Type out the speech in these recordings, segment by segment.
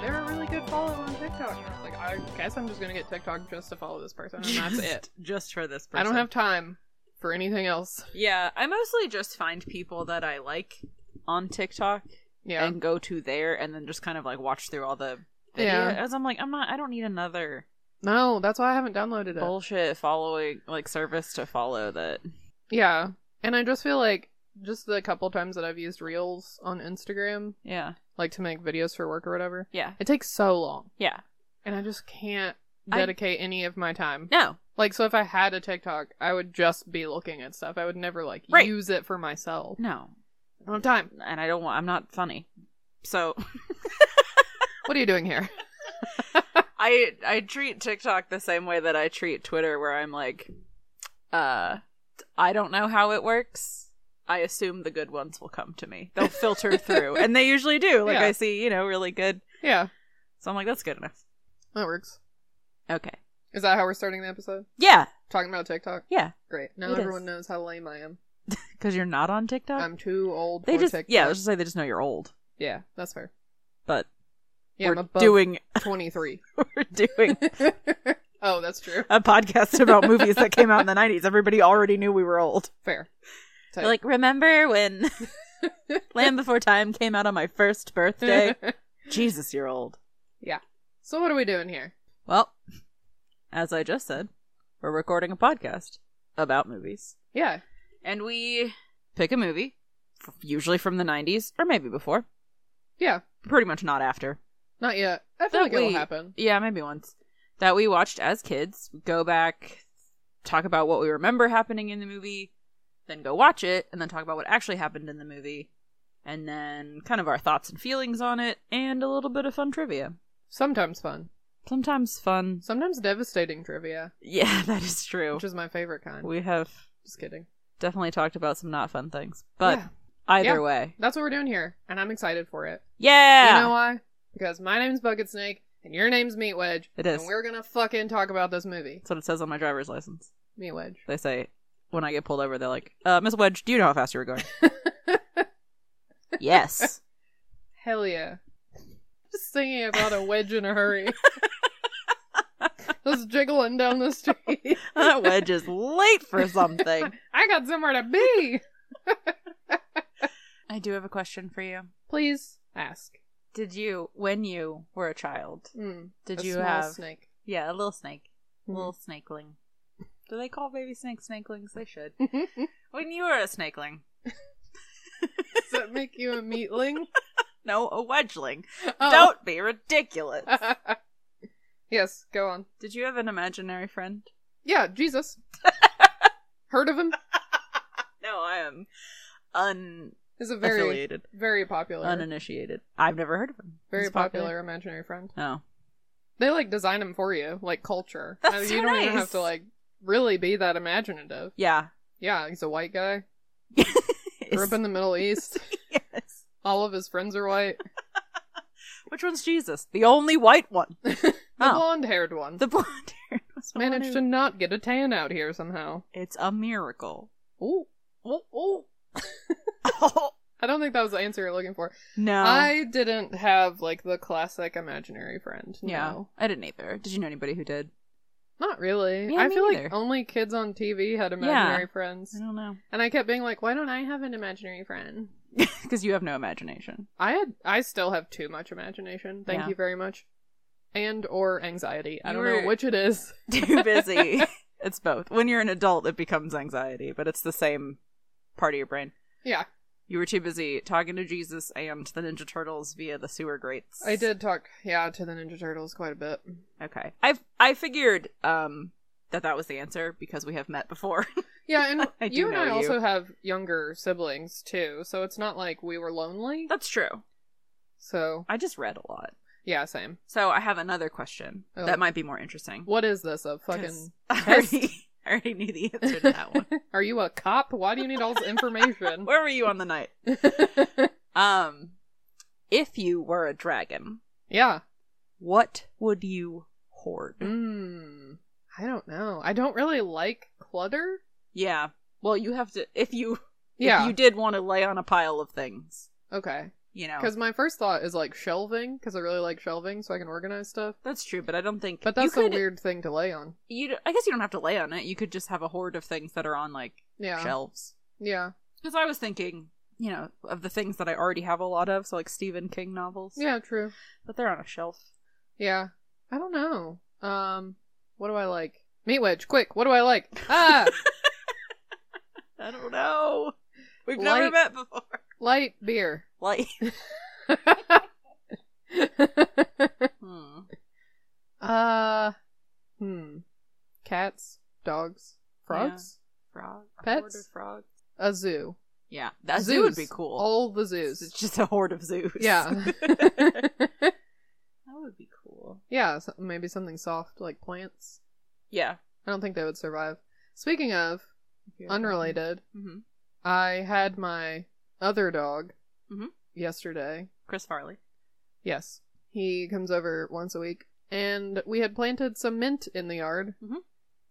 They're a really good follow on TikTok. And I was like, I guess I'm just gonna get TikTok just to follow this person, and that's it. Just for this person. I don't have time for anything else. Yeah, I mostly just find people that I like on TikTok Yeah. and go to there and then just kind of like watch through all the videos. Yeah. As I'm like, I'm not, I don't need another no, that's why I haven't downloaded it. bullshit following, like service to follow that. Yeah. And I just feel like just the couple times that I've used Reels on Instagram, Yeah. like to make videos for work or whatever, Yeah. it takes so long, Yeah. and I just can't I- dedicate any of my time. No. Like, so if I had a TikTok, I would just be looking at stuff. I would never like Right. use it for myself. No. I don't have time. And I don't want, I'm not funny. So What are you doing here? I I treat TikTok the same way that I treat Twitter where I'm like uh I don't know how it works. I assume the good ones will come to me. They'll filter through and they usually do. Like Yeah. I see, you know, really good. yeah, So I'm like that's good enough. that works. Okay. Is that how we're starting the episode? Yeah. Talking about TikTok? Yeah. Great. Now It is. everyone knows how lame I am. Cuz you're not on TikTok. I'm too old they for just TikTok. yeah, I was just say they just know you're old. yeah, that's fair. But Yeah, I'm we're above doing 23. we're doing oh, that's true. a podcast about movies that came out in the 90s. Everybody already knew we were old. Fair. Type. Like remember when Land Before Time came out on my first birthday? Jesus, you're old. yeah. So what are we doing here? Well, as I just said, we're recording a podcast about movies. Yeah. And we pick a movie, f- usually from the 90s or maybe before, Yeah. pretty much not after. Not yet. I feel like it'll happen. Yeah, maybe once. That we watched as kids, go back, talk about what we remember happening in the movie, then go watch it, and then talk about what actually happened in the movie, and then kind of our thoughts and feelings on it, and a little bit of fun trivia. Sometimes fun. Sometimes fun. Sometimes devastating trivia, Yeah, that is true. which is my favorite kind. We have Just kidding. definitely talked about some not fun things. But Yeah. either Yeah. way. That's what we're doing here, and I'm excited for it. Yeah. You know why? Because my name's Bucket Snake, and your name's Meat Wedge. It is. And we're gonna fucking talk about this movie. That's what it says on my driver's license. Meat Wedge. They say when I get pulled over, they're like, uh, Miss Wedge, do you know how fast you were going? yes. Hell yeah. Just singing about a wedge in a hurry. Just jiggling down the street. that Uh, wedge is late for something. I got somewhere to be. I do have a question for you. Please ask. Did you when you were a child, Mm, did a you small have snake? Yeah, a little snake. A Mhm. little snakeling. Do they call baby snakes snakelings? They should. when you were a snakeling. Does that make you a meatling? No, a wedgeling. Oh. Don't be ridiculous. yes, go on. Did you have an imaginary friend? Yeah, Jesus. Heard of him? No, I am unaffiliated, Is a very very popular, uninitiated. I've never heard of him. very He's popular, imaginary friend. No, They like design him for you, like culture. That's I mean, so you don't even nice. have to like really be that imaginative. yeah. Yeah, he's a white guy. Grew Yes. up in the Middle East. yes. All of his friends are white. Which one's Jesus? The only white one. The Oh. blonde-haired one The blonde hair. was the one managed to who- not get a tan out here somehow. It's a miracle. Ooh, ooh, ooh. I don't think that was the answer you're looking for. no. I didn't have like the classic imaginary friend. yeah, no. I didn't either. Did you know anybody who did? Not really. Yeah, I me feel like neither. only kids on TV had imaginary I friends. don't know. And I kept being like, why don't I have an imaginary friend? Because you have no imagination. I had I still have too much imagination. Thank Yeah. you very much. And or anxiety. I You don't were- know which it is. Too busy It's both. When you're an adult, it becomes anxiety, but it's the same part of your brain. Yeah, You were too busy talking to Jesus and the Ninja Turtles via the sewer grates. I did talk, yeah, to the Ninja Turtles quite a bit. Okay. I I figured um that that was the answer because we have met before. Yeah, and I do you and know I you. also have younger siblings too, so it's not like we were lonely. That's true. So, I just read a lot. yeah, same. So I have another question Oh. that might be more interesting. What is this, a 'Cause fucking I already, I already knew the answer to that one. Are you a cop? Why do you need all this information? Where were you on the night? Um if you were a dragon, yeah. what would you hoard? Mm, I don't know. I don't really like clutter. Yeah. Well, you have to if you Yeah. if you did want to lay on a pile of things, Okay. you know. Because my first thought is like shelving, because I really like shelving, so I can organize stuff. That's true, but I don't think But you that's could, a weird thing to lay on. You, d- I guess you don't have to lay on it. You could just have a hoard of things that are on like Yeah. shelves. Yeah. Because I was thinking, you know, of the things that I already have a lot of, so like Stephen King novels. Yeah. True. but they're on a shelf. Yeah. I don't know. Um. What do I like? Meat wedge. Quick. What do I like? Ah. I don't know. We've never Like- met before. light beer. Like, hmm. uh. Hmm. Cats. Dogs. Frogs. frog, a Pets? hoard of frogs. A zoo. Yeah, that zoo would be Zoos. cool. All the zoos. it's just a hoard of zoos. Yeah. that would be cool. yeah, so maybe something soft like plants. Yeah, I don't think they would survive. Speaking of, unrelated, hmm I had my other dog Mhm. yesterday. Chris Farley. Yes. He comes over once a week, and we had planted some mint in the yard. Mhm.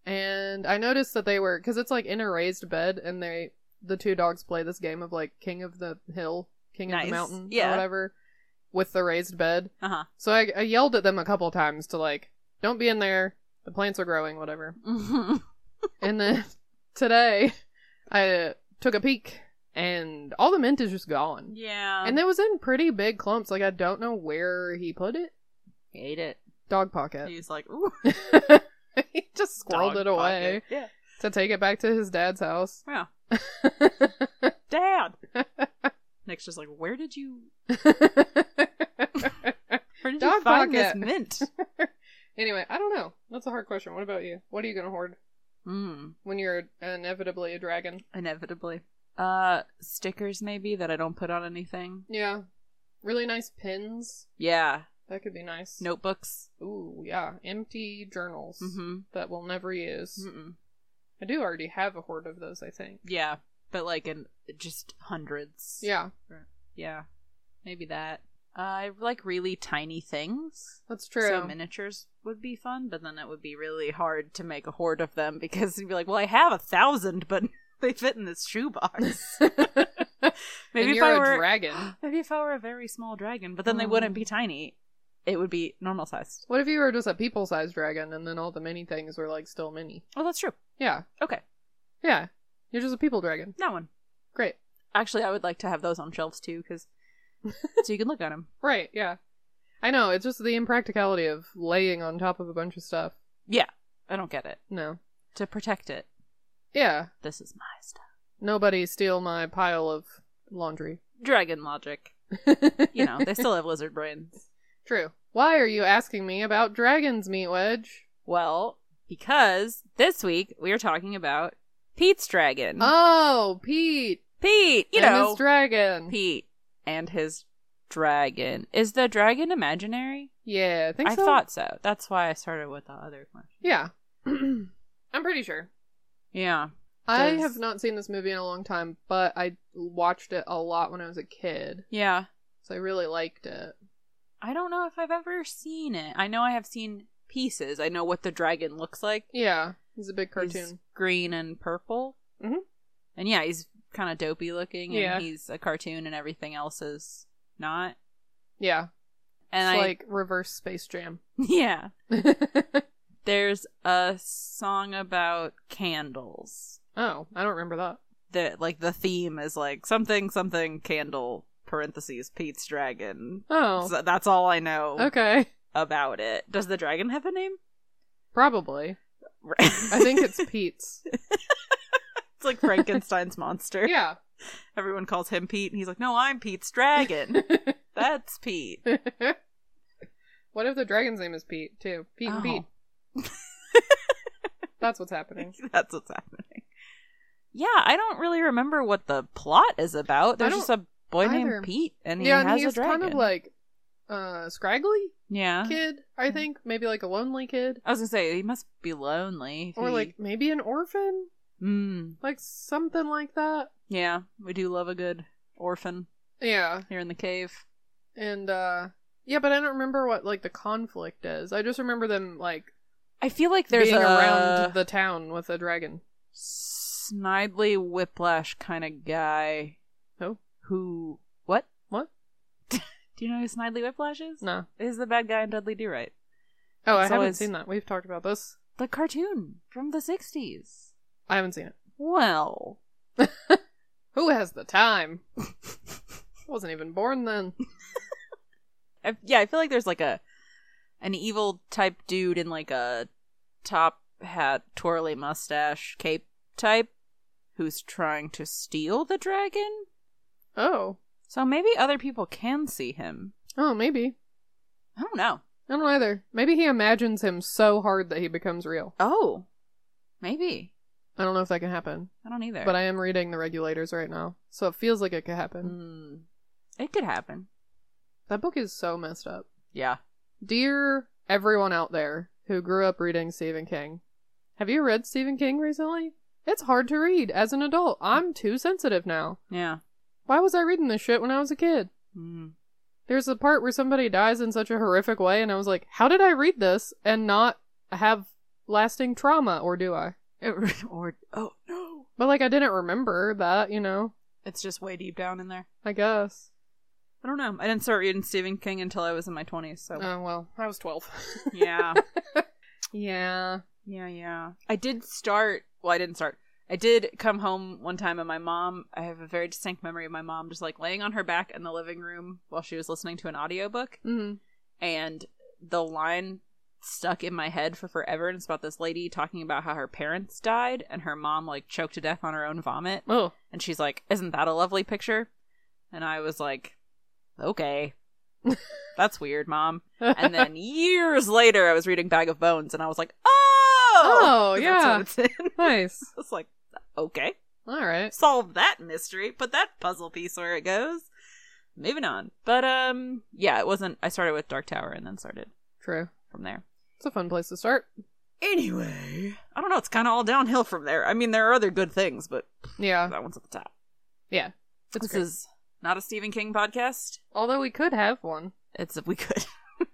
And I noticed that they were, because it's like in a raised bed, and they, the two dogs play this game of like king of the hill, king of Nice. the mountain, Yeah. or whatever, with the raised bed. Uh huh. So I, I yelled at them a couple times to like, don't be in there. The plants are growing, whatever. and then today, I took a peek, and all the mint is just gone. yeah. And it was in pretty big clumps. Like I don't know where he put it. ate it. Dog pocket. He's like, ooh, he just squirreled dog it away pocket. Yeah. to take it back to his dad's house. Wow. Dad. Nick's just like, where did you, where did you Dog find this pocket. mint? anyway, I don't know. That's a hard question. What about you? What are you gonna hoard mm, when you're inevitably a dragon? inevitably. Uh, stickers maybe that I don't put on anything. Yeah. Really nice pins. Yeah. That could be nice. Notebooks. Ooh, yeah. Empty journals Mm-hmm. that we'll never use. Mm-mm. I do already have a hoard of those, I think. Yeah. But like in just hundreds. Yeah, Yeah. Maybe that. Uh, I like really tiny things. that's true. So miniatures would be fun, but then it would be really hard to make a hoard of them because you'd be like, well, I have a thousand, but they fit in this shoebox. And maybe if you're I a were dragon. maybe if I were a very small dragon, but then they Mm. wouldn't be tiny. It would be normal sized. What if you were just a people sized dragon and then all the mini things were like still mini? Oh, that's true. Yeah. Okay, Yeah. You're just a people dragon. that one. Great. Actually, I would like to have those on shelves too, because so you can look at them. Right, yeah. I know, it's just the impracticality of laying on top of a bunch of stuff. Yeah, I don't get it. No. To protect it, Yeah. this is my stuff. Nobody steal my pile of laundry. Dragon logic. You know, they still have lizard brains. True. Why are you asking me about dragons, Meat Wedge? Well, because this week we are talking about Pete's dragon. Oh, Pete. Pete, you and know, his dragon. Pete and his dragon. Is the dragon imaginary? Yeah, I think I so. thought so. That's why I started with the other question. Yeah. I'm pretty sure. Yeah. I Does- have not seen this movie in a long time, but I watched it a lot when I was a kid, Yeah. so I really liked it. I don't know if I've ever seen it. I know I have seen pieces. I know what the dragon looks like. Yeah, it's a big He's cartoon. green and purple. Mhm. And yeah, he's kind of dopey looking and Yeah. he's a cartoon and everything else is not. Yeah, And it's I like reverse Space Jam. yeah, there's a song about candles. oh, I don't remember that. That like the theme is like something something candle parentheses Pete's dragon. Oh, So that's all I know okay, about it. Does the dragon have a name? probably. I think it's Pete's. it's like Frankenstein's monster. yeah. Everyone calls him Pete, and he's like, "No, I'm Pete's dragon. That's Pete." what if the dragon's name is Pete too? Pete and Oh. Pete. That's what's happening. That's what's happening. Yeah, I don't really remember what the plot is about. There's don't just a boy either. named Pete, and he yeah, has and a he's dragon. Uh-huh. kind of like uh scraggly yeah. kid, Mm-hmm. I think. Maybe like a lonely kid. I was gonna say he must be lonely. if Or he- like maybe an orphan? mm, Like something like that. yeah, we do love a good orphan Yeah. here in the cave. And uh yeah, but I don't remember what like the conflict is. I just remember them like I feel like there's being a around the town with a dragon. snidely whiplash kind of guy Who? who what? What? Do you know who Snidely Whiplash is? No. He's the bad guy in Dudley Do Right. Oh, I It's haven't always- seen that. We've talked about this. The cartoon from the 60s. I haven't seen it. Well, Who has the time? Wasn't even born then. I, yeah, I feel like there's like a an evil type dude in like a top hat, twirly mustache, cape type who's trying to steal the dragon. Oh. So maybe other people can see him. Oh, maybe. I don't know. I don't know either. Maybe he imagines him so hard that he becomes real. Oh, maybe. I don't know if that can happen. I don't either. But I am reading the regulators right now, so it feels like it could happen. Mm, it could happen. That book is so messed up. Yeah. Dear everyone out there who grew up reading Stephen King, have you read Stephen King recently? It's hard to read as an adult. I'm too sensitive now. Yeah. Why was I reading this shit when I was a kid? Mm. There's a part where somebody dies in such a horrific way, and I was like, how did I read this and not have lasting trauma, or do I? It- or oh no, But like, I didn't remember that, you know? it's just way deep down in there. I guess. I don't know. I didn't start reading Stephen King until I was in my twenties. So Oh, well, I was 12. yeah, yeah. yeah, yeah. I did start. Well, I didn't start. I did come home one time and my mom. I have a very distinct memory of my mom just like laying on her back in the living room while she was listening to an audiobook, Mm-hmm. and the line stuck in my head for forever. And it's about this lady talking about how her parents died and her mom like choked to death on her own vomit. Oh, And she's like, Isn't that a lovely picture? And I was like, Okay. That's weird, mom. And then years later, I was reading Bag of Bones and I was like, Oh! Oh, 'Cause yeah. That's what it's in. nice. I was like, Okay. All right. Solve that mystery. Put that puzzle piece where it goes. Moving on. But, um, yeah, it wasn't. I started with Dark Tower and then started True. from there. It's a fun place to start. Anyway, I don't know. It's kind of all downhill from there. I mean, there are other good things, but Yeah. that one's at the top. Yeah. It's This great. is not a Stephen King podcast. Although we could have one. It's if we could.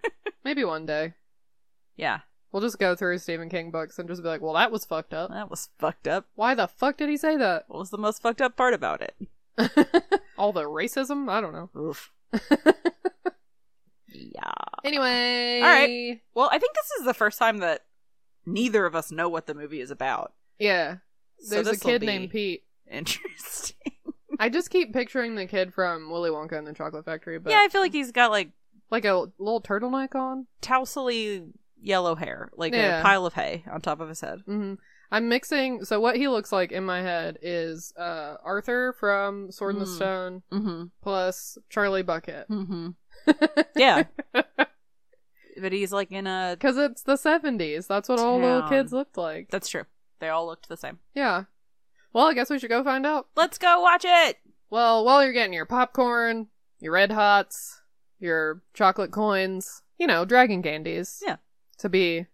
Maybe one day. yeah. We'll just go through Stephen King books and just be like, well, that was fucked up. That was fucked up. Why the fuck did he say that? What was the most fucked up part about it? All the racism? I don't know. Oof. yeah. Anyway. All right. Well, I think this is the first time that neither of us know what the movie is about. Yeah. So There's a this'll kid be named Pete. Interesting. I just keep picturing the kid from Willy Wonka and the Chocolate Factory, but yeah, I feel like he's got like like a little turtleneck on. tously yellow hair, like Yeah. a pile of hay on top of his head. hmm I'm mixing. So what he looks like in my head is uh, Arthur from Sword in the Mm. Stone Mm-hmm. plus Charlie Bucket Mm-hmm. yeah. But he's like in a. because it's the 70s. That's what all little Town. kids looked like. That's true. They all looked the same. Yeah. Well, I guess we should go find out. Let's go watch it. Well, while you're getting your popcorn, your red hots, your chocolate coins, you know, dragon candies. Yeah. To be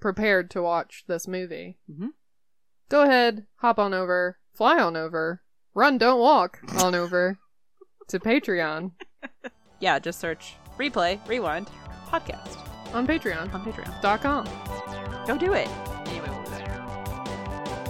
prepared to watch this movie. Mhm. Go ahead, hop on over, fly on over, run, don't walk on over to Patreon. Yeah, just search replay, rewind, podcast On Patreon. on Patreon. Dot com. Go do it. Anyway, we'll be back.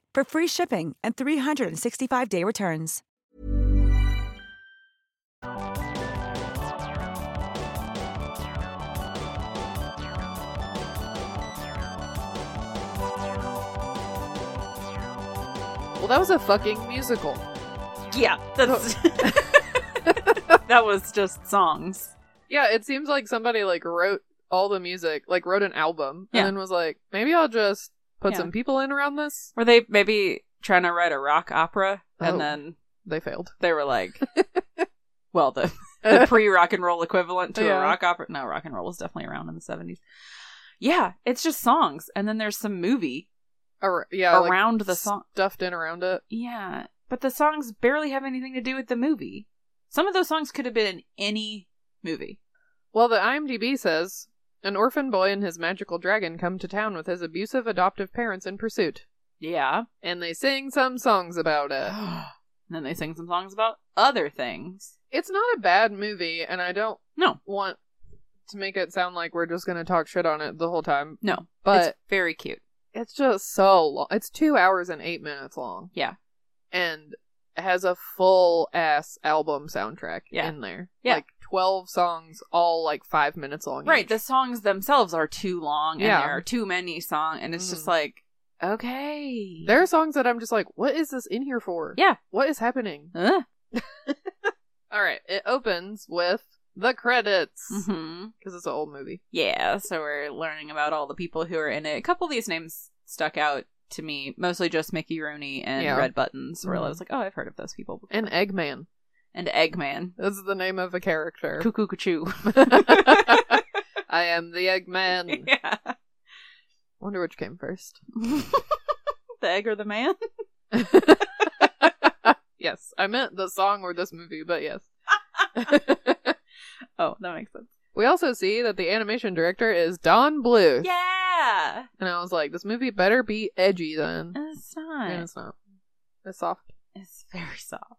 for free shipping and 365-day returns. Well, that was a fucking musical. Yeah, that's that was just songs. Yeah, it seems like somebody like wrote all the music, like wrote an album, Yeah. and then was like, maybe I'll just put Yeah. some people in around this. Were they maybe trying to write a rock opera Oh. and then They failed. they were like, well, the, the pre rock and roll equivalent to Yeah. a rock opera. No, rock and roll was definitely around in the 70s. Yeah, it's just songs. And then there's some movie Ar- yeah, like, around the song. stuffed in around it. Yeah, but the songs barely have anything to do with the movie. Some of those songs could have been in any movie. Well, the IMDb says an orphan boy and his magical dragon come to town with his abusive adoptive parents in pursuit, Yeah. and they sing some songs about it. and then they sing some songs about other things. It's not a bad movie, and I don't No, want to make it sound like we're just going to talk shit on it the whole time. no. But- it's very cute. It's just so long. It's two hours and eight minutes long. Yeah. and has a full ass album soundtrack Yeah. in there. Yeah. Like 12 songs, all like five minutes long. Right. each. The songs themselves are too long and Oh, Yeah. there are too many songs and it's just Mhm. like okay. There are songs that I'm just like, what is this in here for? Yeah. What is happening? Ugh. All right. It opens with the credits because Mhm. it's an old movie. Yeah, so we're learning about all the people who are in it. A couple of these names stuck out to me, mostly just Mickey Rooney and Yeah. Red Buttons, where I Mhm. was like, oh, I've heard of those people. And Eggman. and Eggman. This is the name of a character. Cuckoo cuckoo. I am the Eggman. yeah. Wonder which came first. the egg or the man? yes, I meant the song or this movie, but yes. Oh, that makes sense. we also see that the animation director is Don Bluth. Yeah. And I was like, this movie better be edgy then. It's And not. it's not. It's soft. It's very soft.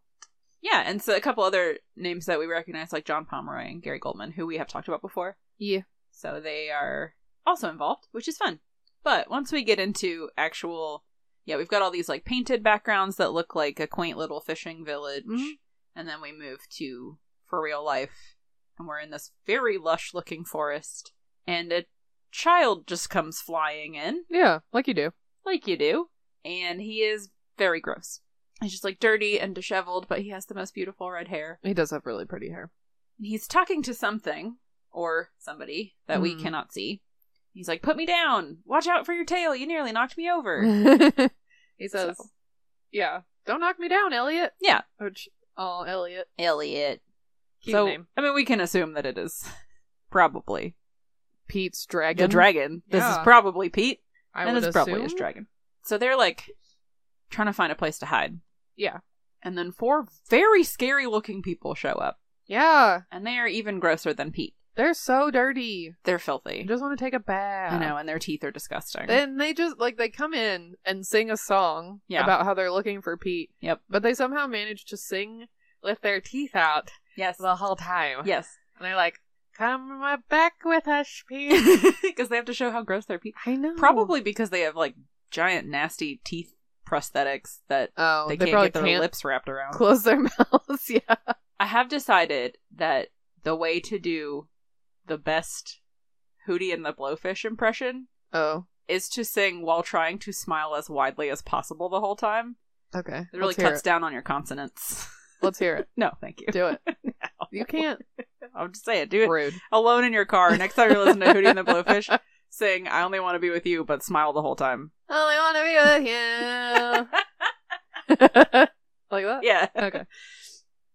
Yeah, and so a couple other names that we recognize, like John Pomeroy and Gary Goldman, who we have talked about before. Yeah. So they are also involved, which is fun. But once we get into actual, yeah, we've got all these like painted backgrounds that look like a quaint little fishing village, Mhm. and then we move to for real life, and we're in this very lush looking forest, and a child just comes flying in, Yeah, like you do. like you do, and he is very gross. He's just like dirty and disheveled, but he has the most beautiful red hair. He does have really pretty hair. And he's talking to something or somebody that we Mhm. cannot see. He's like, "Put me down! Watch out for your tail! You nearly knocked me over!" he says, So- Yeah, don't knock me down, Elliot. yeah, Which, oh, Elliot. Elliot. Cute so name. I mean, we can assume that it is probably Pete's dragon. the dragon. This is Yeah. probably Pete, I and would it's probably his assume. dragon. So they're like trying to find a place to hide, Yeah. and then four very scary looking people show up, Yeah. and they are even grosser than Pete. They're so dirty. They're You filthy. just want to take a bath. You know, and their teeth are disgusting. And they just like they come in and sing a song Yeah. about how they're looking for Pete, yep. but they somehow manage to sing with their teeth out Yes. the whole time. Yes. And they're like, "Come back with us, Pete." because they have to show how gross their people. I know. Probably because they have like giant, nasty teeth prosthetics that Oh, they, they can't probably get their can't lips wrapped around. close their mouths. yeah. I have decided that the way to do the best Hootie and the Blowfish impression Oh, is to sing while trying to smile as widely as possible the whole time. okay. It really Let's hear cuts down on your consonants. Let's hear it. no, thank you. Do it. No. You can't. I'm just saying, do it Rude. alone in your car. Next time you're listening to Hootie and the Blowfish, sing "I only want to be with you," but smile the whole time. I want to be with you. like that? Yeah. Okay.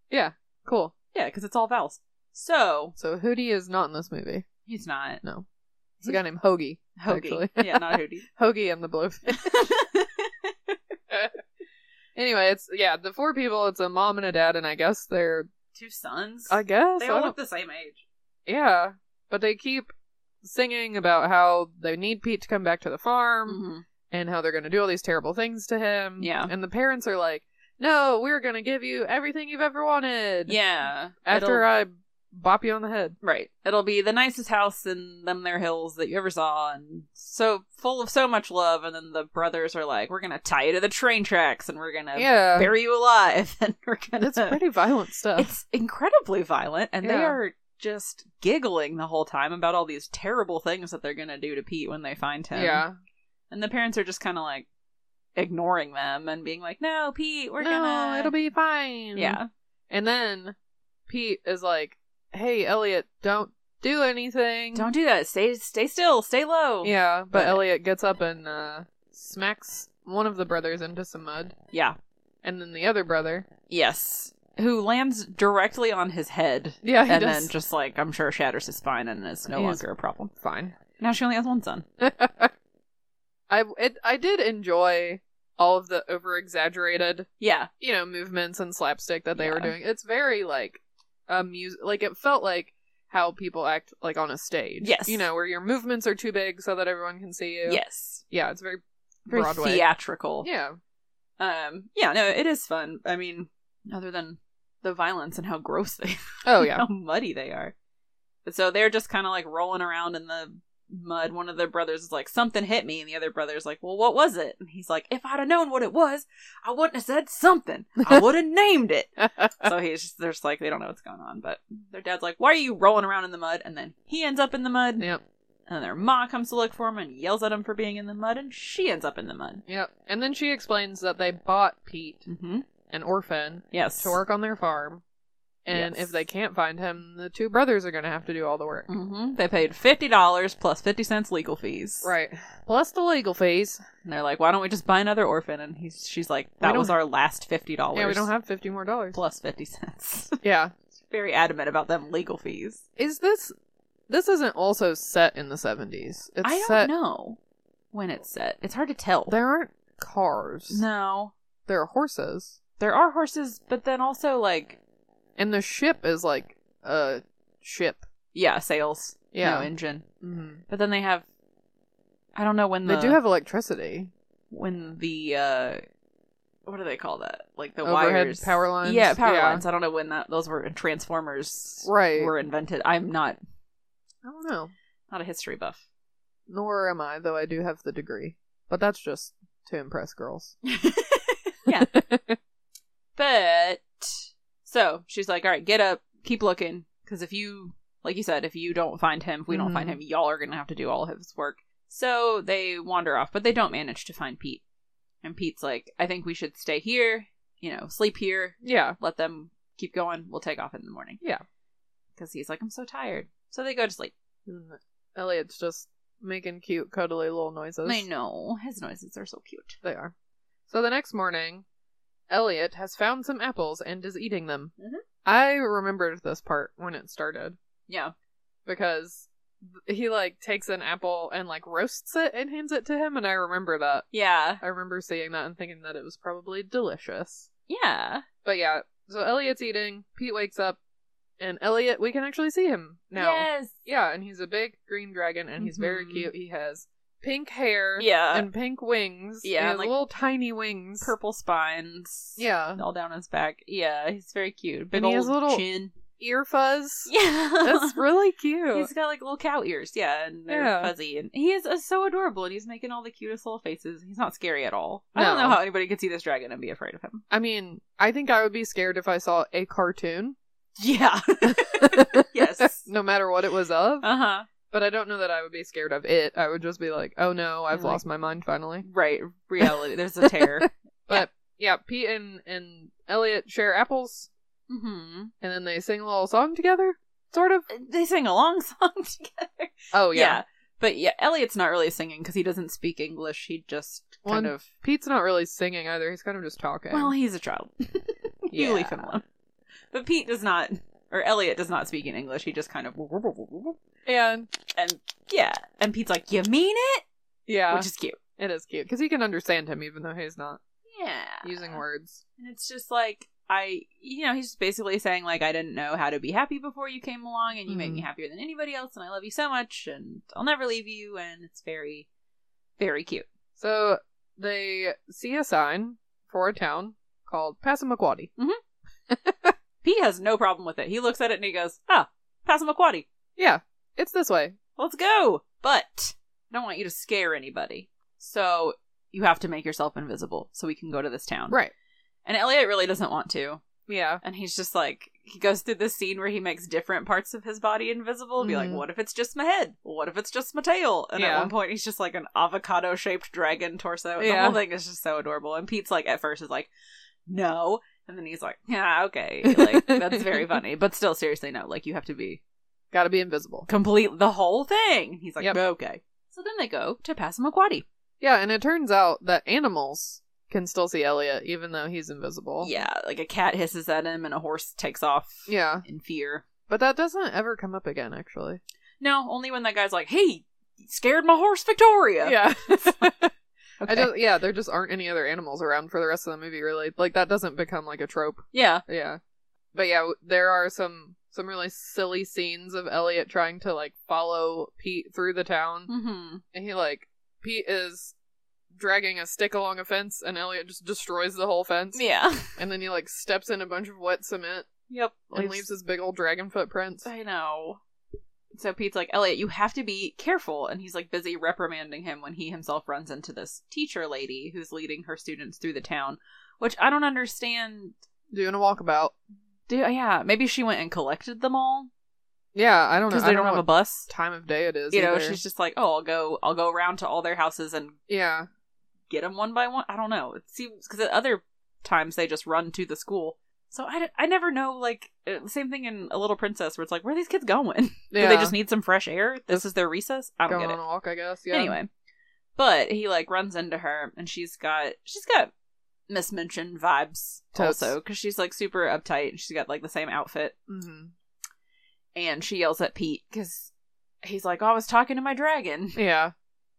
Yeah. Cool. Yeah, because it's all vowels. So So Hootie is not in this movie. he's not. No. It's a guy named Hoagie. Hoagie. Actually. Yeah, not a Hoagie and the Blowfish. hootie. anyway, it's yeah, the four people. It's a mom and a dad, and I guess they're. Two sons. I guess they I all don't- look the same age. Yeah, but they keep singing about how they need Pete to come back to the farm and how they're going to do all these terrible things to him. Mm-hmm. Yeah. and the parents are like, "No, we're going to give you everything you've ever wanted." Yeah. after it'll, I bop you on the head. right, it'll be the nicest house in them their hills that you ever saw, and so full of so much love. And then the brothers are like, "We're gonna tie you to the train tracks, and we're gonna Yeah, bury you alive, and we're gonna." it's pretty violent stuff. It's incredibly violent, and they Yeah. are just giggling the whole time about all these terrible things that they're gonna do to Pete when they find him. yeah, and the parents are just kind of like ignoring them and being like, "No, Pete, we're no, gonna." it'll be fine. yeah, And then Pete is like, "Hey, Elliot, don't do anything." don't do that. Stay, stay still, stay low. Yeah, but, But- Elliot gets up and uh, smacks one of the brothers into some mud, yeah, and then the other brother. yes. Who lands directly on his head? Yeah, he and does. then just like I'm sure shatters his spine and is no He is- longer a problem. fine. Now she only has one son. I it, I did enjoy all of the over exaggerated, Yeah, you know, movements and slapstick that they were Yeah. doing. It's very like amusing. Like it felt like how people act like on a stage. Yes. you know, where your movements are too big so that everyone can see you. yes, yeah, it's very very Broadway. theatrical. yeah. Um, yeah, no, it is fun. I mean, other than the violence and how gross they Oh yeah. how muddy they are. But so they're just kind of like rolling around in the mud. One of the brothers is like, "Something hit me," and the other brother's like, "Well, what was it?" And he's like, "If I'd have known what it was, I wouldn't have said something. I would have named it." So he's just, they're just like, they don't know what's going on. But their dad's like, "Why are you rolling around in the mud?" And then he ends up in the mud. yep. And their ma comes to look for him and yells at him for being in the mud, and she ends up in the mud. Yep. And then she explains that they bought Pete, Mm-hmm. an orphan, Yes. to work on their farm. And Yes. if they can't find him, the two brothers are going to have to do all the work. hmm They paid fifty dollars plus fifty cents legal fees. Right. Plus the legal fees. And they're like, "Why don't we just buy another orphan?" And he's, she's like, "That don't- was our last fifty dollars. Yeah, we don't have 50 more dollars. plus fifty cents." Yeah. Very adamant about them legal fees. Is this. This isn't also set in the 70s. It's I don't set. know when it's set. It's hard to tell. There aren't cars. no, There are horses. there are horses, but then also like, And the ship is like a ship. yeah, sails, Yeah. no engine. Mm. But then they have, I don't know when the, They do have electricity. when the uh, what do they call that? Like the Overhead wires, power lines? Yeah, power Yeah. lines. I don't know when that those were transformers. Right. were invented. I'm not I don't know. not a history buff. Nor am I, though I do have the degree. But that's just to impress girls. yeah. But so she's like, all right, get up, keep looking, because if you, like you said, if you don't find him, if we don't find Mhm. him, y'all are gonna have to do all of his work. So they wander off, but they don't manage to find Pete. And Pete's like, I think we should stay here, you know, sleep here, Yeah. let them keep going. We'll take off in the morning Yeah. because he's like, I'm so tired. So they go to sleep. And Elliot's just making cute, cuddly little noises. I know his noises are so cute. They are. So the next morning, Elliot has found some apples and is eating them. Mhm. I remembered this part when it started Yeah, because he like takes an apple and like roasts it and hands it to him, and I remember that. yeah, I remember seeing that and thinking that it was probably delicious. yeah. But yeah, so Elliot's eating. Pete wakes up, and Elliot, we can actually see him now. Yes. Yeah, and he's a big green dragon, and he's very Mhm. cute. He has pink hair, Yeah. and pink wings. Yeah, he has and, like, little tiny wings. purple spines. Yeah. All down his back. Yeah, he's very cute. Big And he has old little- chin. ear fuzz. Yeah. That's really cute. He's got like little cow ears, yeah, and they're Yeah. fuzzy, and he is uh, so adorable, and he's making all the cutest little faces. He's not scary at all. I don't No. know how anybody could see this dragon and be afraid of him. I mean, I think I would be scared if I saw a cartoon, Yeah. yes. no matter what it was of. Uh huh. But I don't know that I would be scared of it. I would just be like, oh no, I've Like- lost my mind finally. Right. Reality. There's a tear. But yeah, Pete and, and Elliot share apples, hmm and then they sing a little song together, sort of. They sing a long song together. Oh yeah. But yeah, Elliot's not really singing because he doesn't speak English. He just kind Well, of. Pete's not really singing either. He's kind of just talking. Well, he's a child. you leave him Yeah. alone. But Pete does not, or Elliot does not speak in English. He just kind of And And yeah, and Pete's like, "You mean it?" yeah, Which is cute. it is cute because he can understand him even though he's not Yeah, using words. And it's just like I, you know, he's just basically saying like, "I didn't know how to be happy before you came along, and you make Mhm. me happier than anybody else, and I love you so much, and I'll never leave you." And it's very, very cute. So they see a sign for a town called Passamaquoddy. Pete has no problem with it. He looks at it and he goes, "Ah, Passamaquoddy, Yeah, it's this way. let's go." But I don't want you to scare anybody, so you have to make yourself invisible so we can go to this town. Right. And Elliot really doesn't want to. Yeah. And he's just like, he goes through this scene where he makes different parts of his body invisible. Be like, Mhm. what if it's just my head? What if it's just my tail? And at Yeah. one point, he's just like an avocado shaped dragon torso. And The Yeah. whole thing is just so adorable. And Pete's like, at first, is like, no. And then he's like, yeah, okay. Like, that's very funny. But still, seriously, no. Like, you have to be Gotta be invisible. complete the whole thing. He's like, Yep. okay. So then they go to Passamaquoddy. Yeah, and it turns out that animals can still see Elliot even though he's invisible. Yeah, like a cat hisses at him and a horse takes off Yeah. in fear. But that doesn't ever come up again, actually. No, only when that guy's like, "Hey, you scared my horse Victoria." I just, yeah, there just aren't any other animals around for the rest of the movie, really. Like, that doesn't become like a trope. yeah. Yeah. But yeah, w- there are some some really silly scenes of Elliot trying to like follow Pete through the town Mm-hmm. and he like Pete is dragging a stick along a fence and Elliot just destroys the whole fence Yeah. and then he like steps in a bunch of wet cement Yep. and leaves his big old dragon footprints. I know. So Pete's like, Elliot, you have to be careful, and he's like busy reprimanding him when he himself runs into this teacher lady who's leading her students through the town, which I don't understand. Doing a walkabout. Do yeah, maybe she went and collected them all Yeah, I don't know. because I they don't, know have a what bus. time of day it is. You know, either. she's just like, oh, I'll go, I'll go around to all their houses and yeah. get them one by one. I don't know. It seems because at other times they just run to the school. So I, d- I never know. Like uh, the same thing in A Little Princess, where it's like, where are these kids going? Do yeah. they just need some fresh air? This is their recess. I don't going get on it. a walk? I guess. Yeah. Anyway, but he like runs into her, and she's got she's got mismentioned vibes Totes. also because she's like super uptight, and she's got like the same outfit, Mm-hmm. and she yells at Pete because he's like, oh, I was talking to my dragon, Yeah.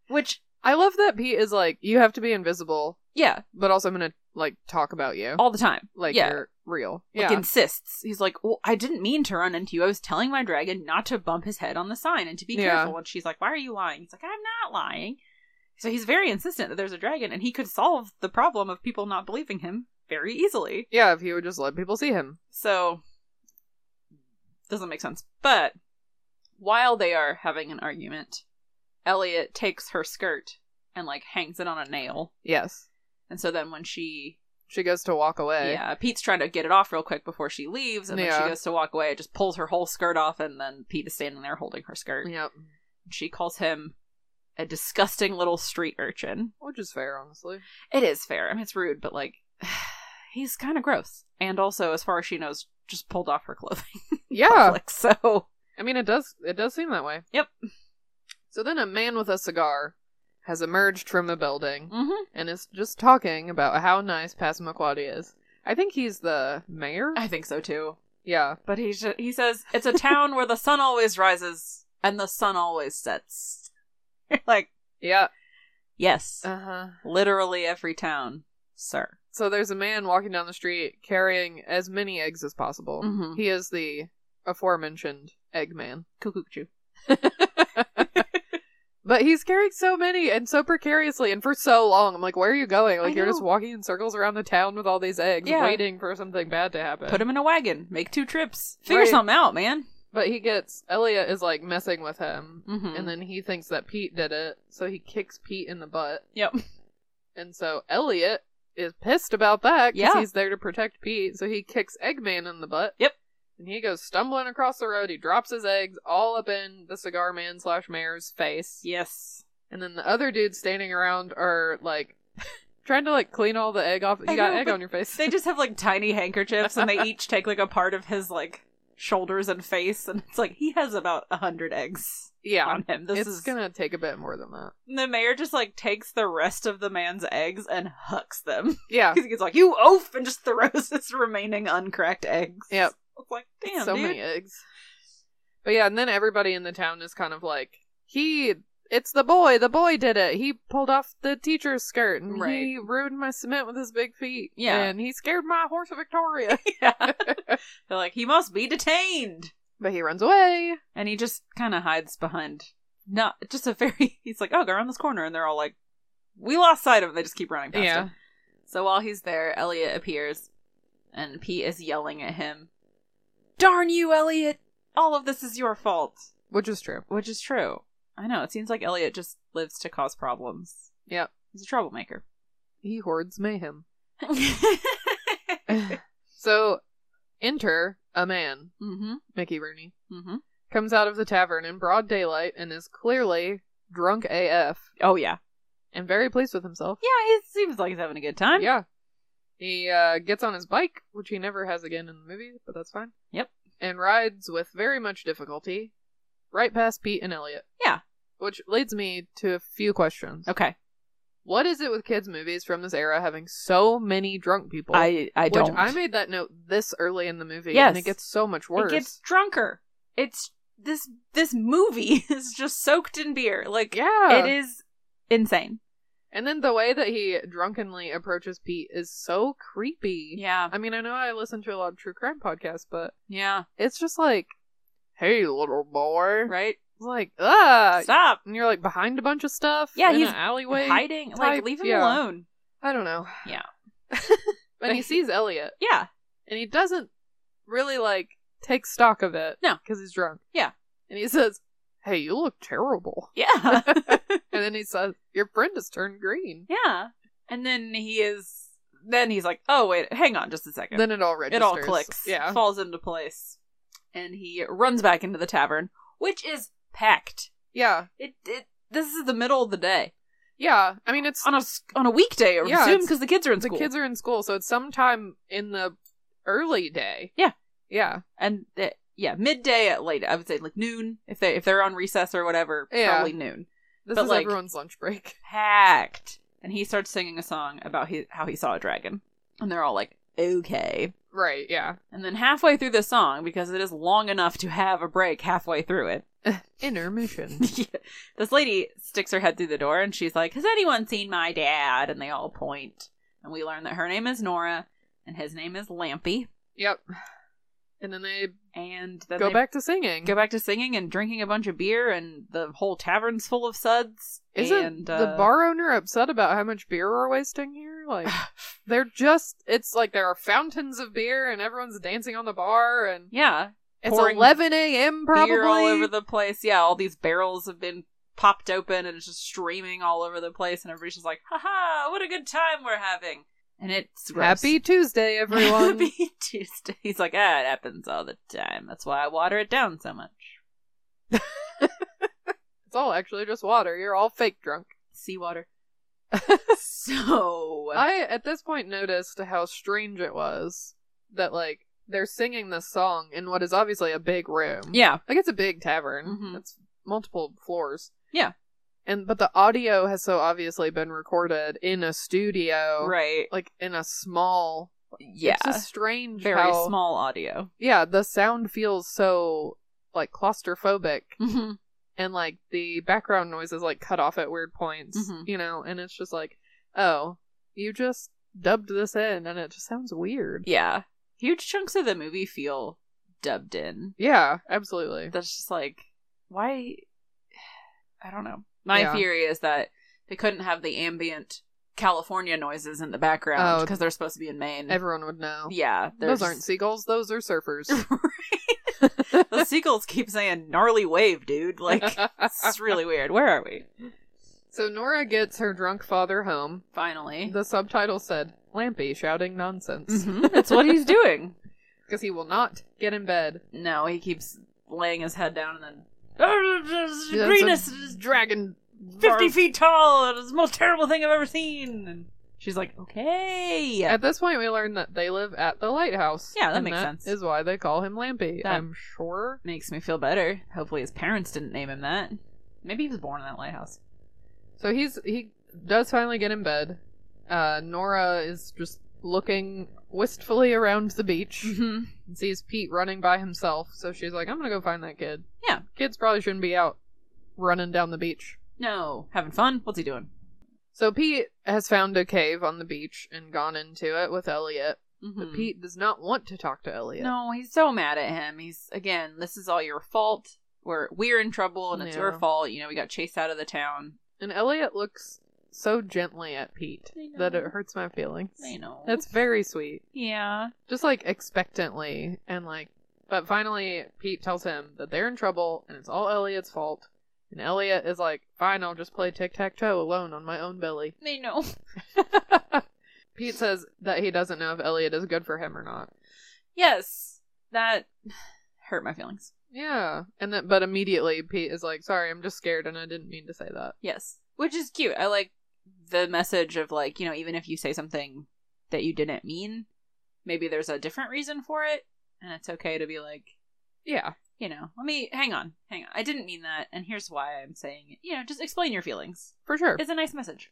which I love that Pete is like, you have to be invisible, yeah, but also I'm gonna like talk about you, all the time, like Oh, yeah. you're real. like yeah. insists. He's like, "Well, I didn't mean to run into you. I was telling my dragon not to bump his head on the sign and to be Yeah. careful." And she's like, "Why are you lying?" He's like, "I'm not lying." So he's very insistent that there's a dragon, and he could solve the problem of people not believing him very easily. yeah. If he would just let people see him. So doesn't make sense. But while they are having an argument, Elliot takes her skirt and like hangs it on a nail, Yes. and so then when she She goes to walk away. yeah, Pete's trying to get it off real quick before she leaves, and then Yeah. she goes to walk away. It just pulls her whole skirt off, and then Pete is standing there holding her skirt. Yep. She calls him a disgusting little street urchin. Which is fair, honestly. It is fair. I mean, it's rude, but like, he's kind of gross. And also, as far as she knows, just pulled off her clothing. Yeah. Like, so I mean, it does. It does seem that way. Yep. So then, a man with a cigar has emerged from the building Mhm. and is just talking about how nice Passamaquoddy is. I think he's the mayor. I think so too. Yeah. But he ju- he says it's a town where the sun always rises and the sun always sets. like, Yeah. yes, Uh huh. literally every town, sir. So there's a man walking down the street carrying as many eggs as possible. Mhm. He is the aforementioned Eggman. Cuckoo Cuckoo. But he's carrying so many and so precariously and for so long. I'm like, where are you going? Like, I you're know. just walking in circles around the town with all these eggs, Yeah. waiting for something bad to happen. Put him in a wagon. Make two trips. Figure Right. something out, man. But he gets Elliot is like messing with him, Mhm. and then he thinks that Pete did it, so he kicks Pete in the butt, Yep. and so Elliot is pissed about that because Yeah. he's there to protect Pete, so he kicks Eggman in the butt. Yep. and he goes stumbling across the road. He drops his eggs all up in the cigar man slash mayor's face, Yes. and then the other dudes standing around are like trying to like clean all the egg off. You I got know, egg but on your face. They just have like tiny handkerchiefs and they each take like a part of his like shoulders and face and it's like he has about a hundred eggs yeah, on him. This it's is gonna take a bit more than that. the mayor just like takes the rest of the man's eggs and hucks them. Yeah, Because he's like, You oaf and just throws his remaining uncracked eggs. Yep. It's like, damn. so dude. many eggs. But yeah, and then everybody in the town is kind of like, he, it's the boy, the boy did it. He pulled off the teacher's skirt and he Right. ruined my cement with his big feet. Yeah. And he scared my horse of Victoria. yeah. They're like, he must be detained. but he runs away. And he just kind of hides behind, not just a very, he's like, oh, go around this corner. And they're all like, we lost sight of him. They just keep running past Yeah. him. So while he's there, Elliot appears and Pete is yelling at him, Darn you, Elliot! All of this is your fault. Which is true. Which is true. I know. It seems like Elliot just lives to cause problems. Yep. He's a troublemaker. He hoards mayhem. Mm-hmm, so, enter a man, Mm-hmm. Mickey Rooney, Mm-hmm. comes out of the tavern in broad daylight and is clearly drunk AF Oh yeah. and very pleased with himself. Yeah, he seems like he's having a good time. Yeah. He uh, gets on his bike, which he never has again in the movie, but that's fine. Yep. And rides with very much difficulty right past Pete and Elliot. Yeah. Which leads me to a few questions. Okay. What is it with kids' movies from this era having so many drunk people? I I don't. Which I made that note this early in the movie, Yes. and it gets so much worse. It gets drunker. It's this this movie is just soaked in beer. Like Yeah. it is insane. And then the way that he drunkenly approaches Pete is so creepy. Yeah. I mean, I know I listen to a lot of true crime podcasts, but Yeah. it's just like, hey, little boy. Right. It's like, ah. Stop And you're like behind a bunch of stuff. Yeah, in he's an alleyway. hiding. type- Like leave him yeah. alone. I don't know. Yeah. and he sees Elliot, Yeah. and he doesn't really like take stock of it. No. because he's drunk. Yeah. and he says, "Hey, you look terrible." Yeah. And then he says, "Your friend has turned green." yeah. And then he is. Then he's like, oh wait, hang on, just a second. Then it all registers. it all clicks. Yeah. Falls into place. And he runs back into the tavern, which is packed. Yeah. It, it this is the middle of the day Yeah. I mean, it's on a s- on a weekday or Yeah, Zoom it's- because the kids are in the school. kids are in school, so it's sometime in the early day. Yeah. Yeah. and it, yeah, midday at late. I would say like noon if they if they're on recess or whatever. Yeah. Probably noon. This But, is like- everyone's lunch break. Packed. And he starts singing a song about he, how he saw a dragon, and they're all like, okay. Right. Yeah. And then halfway through the song, because it is long enough to have a break halfway through it, Intermission. Yeah. this lady sticks her head through the door and she's like, Has anyone seen my dad? And they all point. And we learn that her name is Nora and his name is Lampy. yep. And then they And then go they back to singing. go back to singing and drinking a bunch of beer and the whole tavern's full of suds. Isn't and, uh, the bar owner upset about how much beer we're wasting here? Like, they're just, it's like there are fountains of beer and everyone's dancing on the bar and Yeah. it's pouring 11 a.m. probably. Beer all over the place. Yeah, all these barrels have been popped open and it's just streaming all over the place and everybody's just like, haha, what a good time we're having. And it's gross. Happy Tuesday, everyone. Happy Tuesday. He's like, ah, it happens all the time. That's why I water it down so much. it's all actually just water. You're all fake drunk. Seawater. so I, at this point, noticed how strange it was that, like, they're singing this song in what is obviously a big room. yeah, Like, it's a big tavern. Mhm. It's multiple floors. Yeah. And, but the audio has so obviously been recorded in a studio. right. like in a small Yeah, it's just strange very how- small audio. yeah the sound feels so like claustrophobic Mm-hmm. and like the background noise is like cut off at weird points Mhm. you know and it's just like oh you just dubbed this in and it just sounds weird Yeah, huge chunks of the movie feel dubbed in. yeah absolutely That's just like why. I don't know. My Yeah. theory is that they couldn't have the ambient California noises in the background Oh. because they're supposed to be in Maine. everyone would know yeah, they're those just- aren't seagulls those are surfers the seagulls keep saying gnarly wave, dude. Like, this is really weird. Where are we? so nora gets her drunk father home Finally. the subtitle said lampy shouting nonsense Mhm, That's what he's doing. because he will not get in bed No, he keeps laying his head down and then. That's a greenest is dragon 50 feet tall. It's the most terrible thing I've ever seen. And she's like, okay. At this point, we learn that they live at the lighthouse. Yeah, that and makes sense. Is why they call him Lampy. That- I'm sure. Makes me feel better. Hopefully his parents didn't name him that. Maybe he was born in that lighthouse. So he's he does finally get in bed. Uh, Nora is just looking wistfully around the beach Mm-hmm. and sees Pete running by himself. So she's like, I'm gonna go find that kid. Yeah. Kids probably shouldn't be out running down the beach. No. Having fun? What's he doing? So Pete has found a cave on the beach and gone into it with Elliot. But Mhm. Pete does not want to talk to Elliot. No, he's so mad at him. He's again, this is all your fault. We're we're in trouble and it's your Yeah. fault. You know, we got chased out of the town. And Elliot looks so gently at Pete I know. that it hurts my feelings. I know. That's very sweet. yeah. Just like expectantly and like but finally Pete tells him that they're in trouble and it's all Elliot's fault. And Elliot is like, Fine, I'll just play tic tac toe alone on my own belly. They know. Pete says that he doesn't know if Elliot is good for him or not. Yes. That hurt my feelings. Yeah. And that but immediately Pete is like, Sorry, I'm just scared and I didn't mean to say that. Yes. Which is cute. I like the message of like, you know, even if you say something that you didn't mean, maybe there's a different reason for it. And it's okay to be like, Yeah. you know, let me hang on, hang on. I didn't mean that, and here's why I'm saying it. You know, just explain your feelings. For sure. It's a nice message.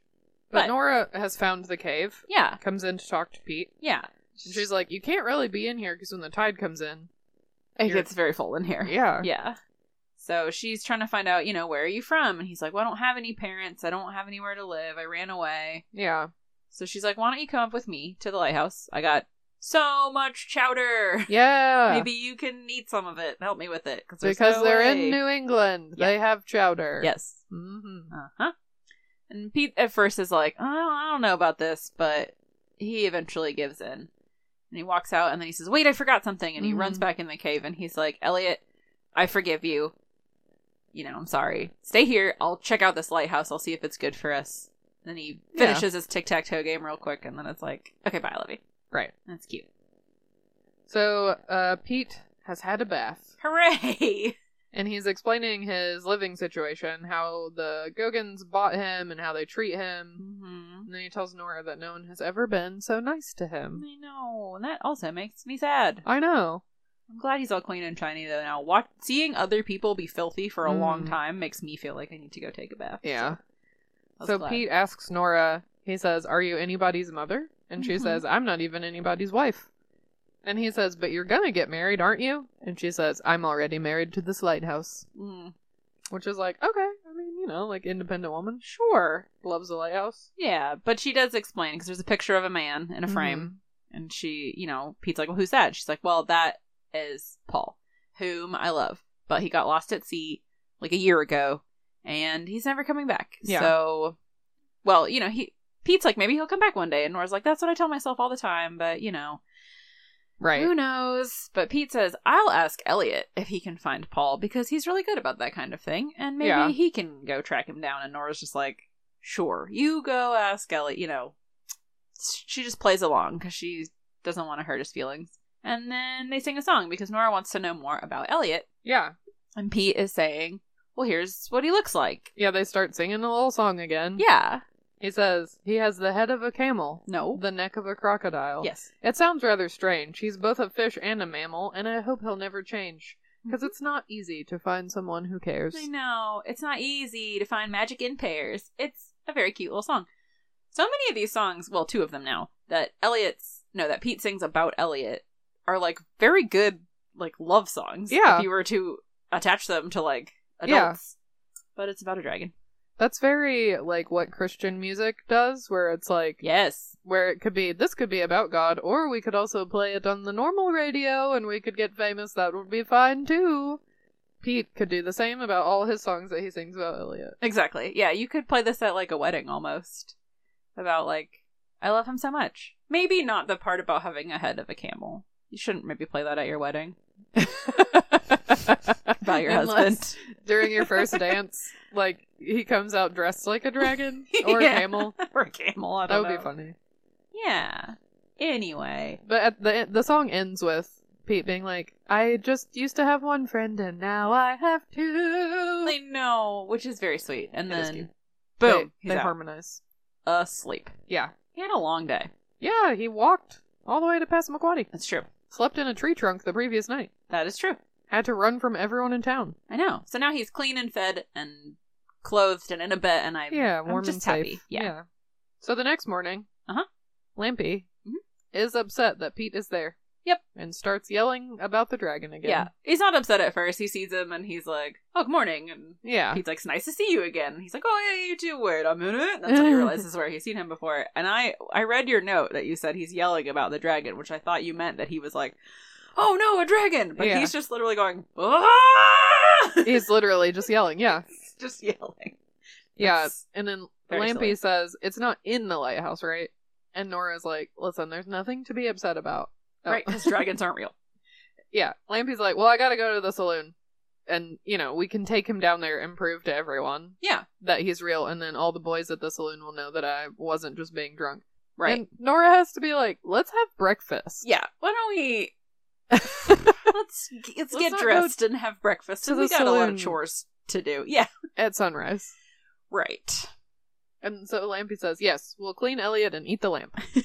but but- Nora has found the cave, Yeah, comes in to talk to Pete. yeah. And she's like, You can't really be in here because when the tide comes in. It you're- gets very full in here. Yeah. Yeah. So she's trying to find out, you know, where are you from? And he's like, well, I don't have any parents. I don't have anywhere to live. I ran away. Yeah. So she's like, why don't you come up with me to the lighthouse? I got so much chowder. Yeah. Maybe you can eat some of it. Help me with it. because they're in New England. They have chowder. Yes. Mm-hmm. Uh huh. And Pete at first is like, oh, I don't know about this, but he eventually gives in. And he walks out and then he says, wait, I forgot something. And he Mhm. runs back in the cave and he's like, Elliot, I forgive you. You know, I'm sorry. Stay here. I'll check out this lighthouse. I'll see if it's good for us. And then he Yeah. finishes his tic tac toe game real quick. And then it's like, okay, bye, I love you. Right. That's cute. So uh, Pete has had a bath, Hooray! and he's explaining his living situation, how the Gogans bought him, and how they treat him. hmm And then he tells Nora that no one has ever been so nice to him. I know. And that also makes me sad. I know. I'm glad he's all clean and shiny though. Now, watch, seeing other people be filthy for a long Mm. time makes me feel like I need to go take a bath. Yeah. I was So glad. Pete asks Nora, he says, Are you anybody's mother? And she Mhm. says, I'm not even anybody's wife. And he says, But you're gonna get married, aren't you? And she says, I'm already married to this lighthouse. Mm. Which is like, okay, I mean, you know, like independent woman, sure. Loves the lighthouse. Yeah, but she does explain because there's a picture of a man Mm-hmm. in a frame, and she, you know, Pete's like, "Well, who's that?" She's like, "Well, that is Paul, whom I love, but he got lost at sea like a year ago, and he's never coming back." Yeah. So, well, you know, he Pete's like, "Maybe he'll come back one day," and Nora's like, "That's what I tell myself all the time," but you know, Right. Who knows? But Pete says, I'll ask Elliot if he can find Paul because he's really good about that kind of thing. And maybe Yeah. he can go track him down. And Nora's just like, sure, you go ask Elliot. You know, she just plays along because she doesn't want to hurt his feelings. And then they sing a song because Nora wants to know more about Elliot. Yeah. And Pete is saying, well, here's what he looks like. Yeah, they start singing a little song again. Yeah. He says, He has the head of a camel, No. the neck of a crocodile. Yes. It sounds rather strange. He's both a fish and a mammal, and I hope he'll never change. Because it's not easy to find someone who cares. Mm-hmm. I know. It's not easy to find magic in pairs. It's a very cute little song. So many of these songs, well, two of them now, that Elliot's, no, that Pete sings about Elliot are like very good, like love songs. Yeah. If you were to attach them to like Yeah. adults. But it's about a dragon. That's very like what Christian music does, where it's like, Yes. where it could be, this could be about God, or we could also play it on the normal radio and we could get famous. That would be fine too. Pete could do the same about all his songs that he sings about Elliot. Exactly. Yeah. You could play this at like a wedding almost about like, I love him so much. Maybe not the part about having a head of a camel. You shouldn't maybe play that at your wedding. About your husband. Unless During your first dance, like, he comes out dressed like a dragon or Yeah. a camel. or a camel. I That don't would be know. funny. Yeah. Anyway. But at the the song ends with Pete being like, "I just used to have one friend, and now I have two. I know, which is very sweet. And It is then cute. boom, they, he's they out. harmonize. asleep. Yeah, He had a long day. yeah. He walked all the way to Passamaquoddy. That's true. Slept in a tree trunk the previous night. That is true. Had to run from everyone in town. I know. So now he's clean and fed and clothed and in a bed, and I'm yeah, warm I'm just and happy. safe. Yeah. So the next morning, Uh-huh. Lampy Mhm. is upset that Pete is there. Yep. And starts yelling about the dragon again. Yeah. He's not upset at first. He sees him and he's like, oh, good morning. And Yeah. Pete's like, it's nice to see you again. He's like, oh, yeah, you too. Wait a minute. That's when he realizes where he's seen him before. And I, I read your note that you said he's yelling about the dragon, which I thought you meant that he was like, oh, no, a dragon. But Yeah. he's just literally going, ah! He's literally just yelling. Yeah. He's just yelling. Yeah. That's And then very Lampy silly. says, it's not in the lighthouse, right? And Nora's like, listen, there's nothing to be upset about. Oh. Right, because dragons aren't real. yeah. Lampy's like, well, I gotta go to the saloon. And, you know, we can take him down there and prove to everyone Yeah, that he's real. And then all the boys at the saloon will know that I wasn't just being drunk. right. And Nora has to be like, let's have breakfast. yeah, why don't we let's g- let's, Let's get not go dressed and have breakfast. to and we the got a lot saloon. of chores to do. Yeah, At sunrise. right. And so Lampy says, yes, we'll clean Elliot and eat the lamp.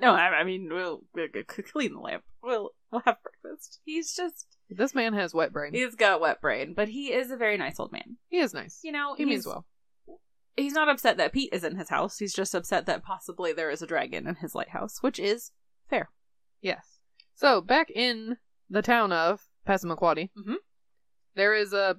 No, I, I mean we'll, we'll g- c- clean the lamp. We'll we'll have breakfast. He's just This man has wet brain. he's got wet brain, but he is a very nice old man. He is nice. You know, he he's, means well. He's not upset that Pete is in his house. He's just upset that possibly there is a dragon in his lighthouse, which is fair. Yes. So back in the town of Passamaquoddy, Mhm. there is a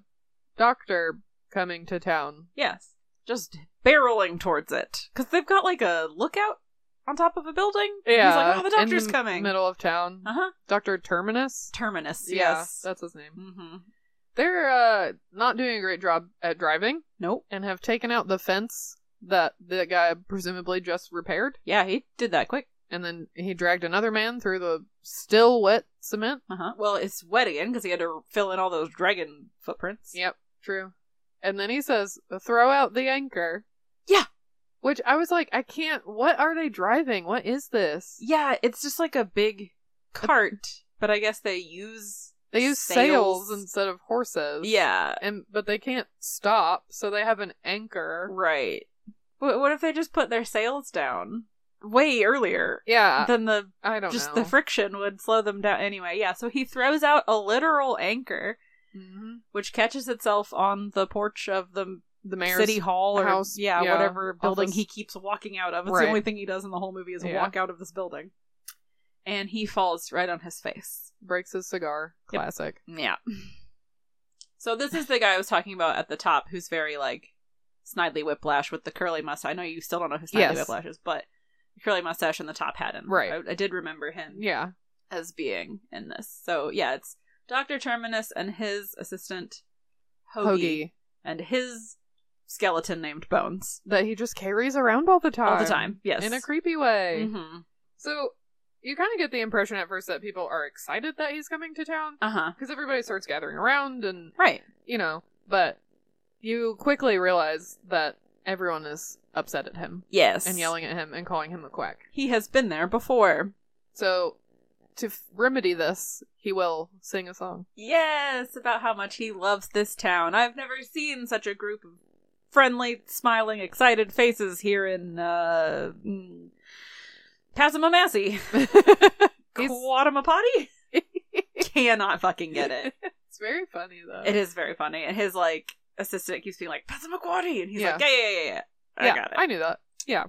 doctor coming to town. Yes, just barreling towards it because they've got like a lookout on top of a building. he's like, oh, the in doctor's coming. Middle of town. Uh huh. Doctor Terminus. Terminus. Yeah, Yes. that's his name. Mm-hmm. They're uh, not doing a great job at driving Nope. and have taken out the fence that the guy presumably just repaired, Yeah, he did that quick. and then he dragged another man through the still wet cement. Uh huh. Well, it's wet again because he had to fill in all those dragon footprints. Yep, true. And then he says, "Throw out the anchor." Yeah. Which I was like, I can't. What are they driving? What is this? Yeah, it's just like a big cart, but I guess they use They use sails. instead of horses. Yeah. And but they can't stop, so they have an anchor. Right. What, what if they just put their sails down way earlier? Yeah. Then the I don't just know. the friction would slow them down anyway. Yeah. So he throws out a literal anchor, Mhm. which catches itself on the porch of the the mayor's city hall or house, yeah, yeah, whatever building office. he keeps walking out of. It's Right. the only thing he does in the whole movie is Yeah. walk out of this building. And he falls right on his face. breaks his cigar. Yep. Classic. Yeah. So this is the guy I was talking about at the top who's very like snidely whiplash with the curly mustache. I know you still don't know who snidely Yes. whiplash is, but the curly mustache and the top hat and Right. I, I did remember him Yeah. as being in this. So yeah, it's Dr. Terminus and his assistant Hoagie, Hoagie and his skeleton named Bones. that he just carries around all the time. All the time, yes. In a creepy way. Mm-hmm. So you kind of get the impression at first that people are excited that he's coming to town Uh huh. because everybody starts gathering around and Right. you know, but you quickly realize that everyone is upset at him Yes. and yelling at him and calling him a quack. He has been there before. So to f- remedy this, he will sing a song. Yes, about how much he loves this town. I've never seen such a group of friendly, smiling, excited faces here in uh mm, Passamassey. He's- Quatamapati? Cannot fucking get it. It's very funny though. It is very funny. And his like assistant keeps being like, Passamaquoddy and he's Yeah. like, Yeah, yeah, yeah, yeah. I yeah, got it. I knew that. Yeah.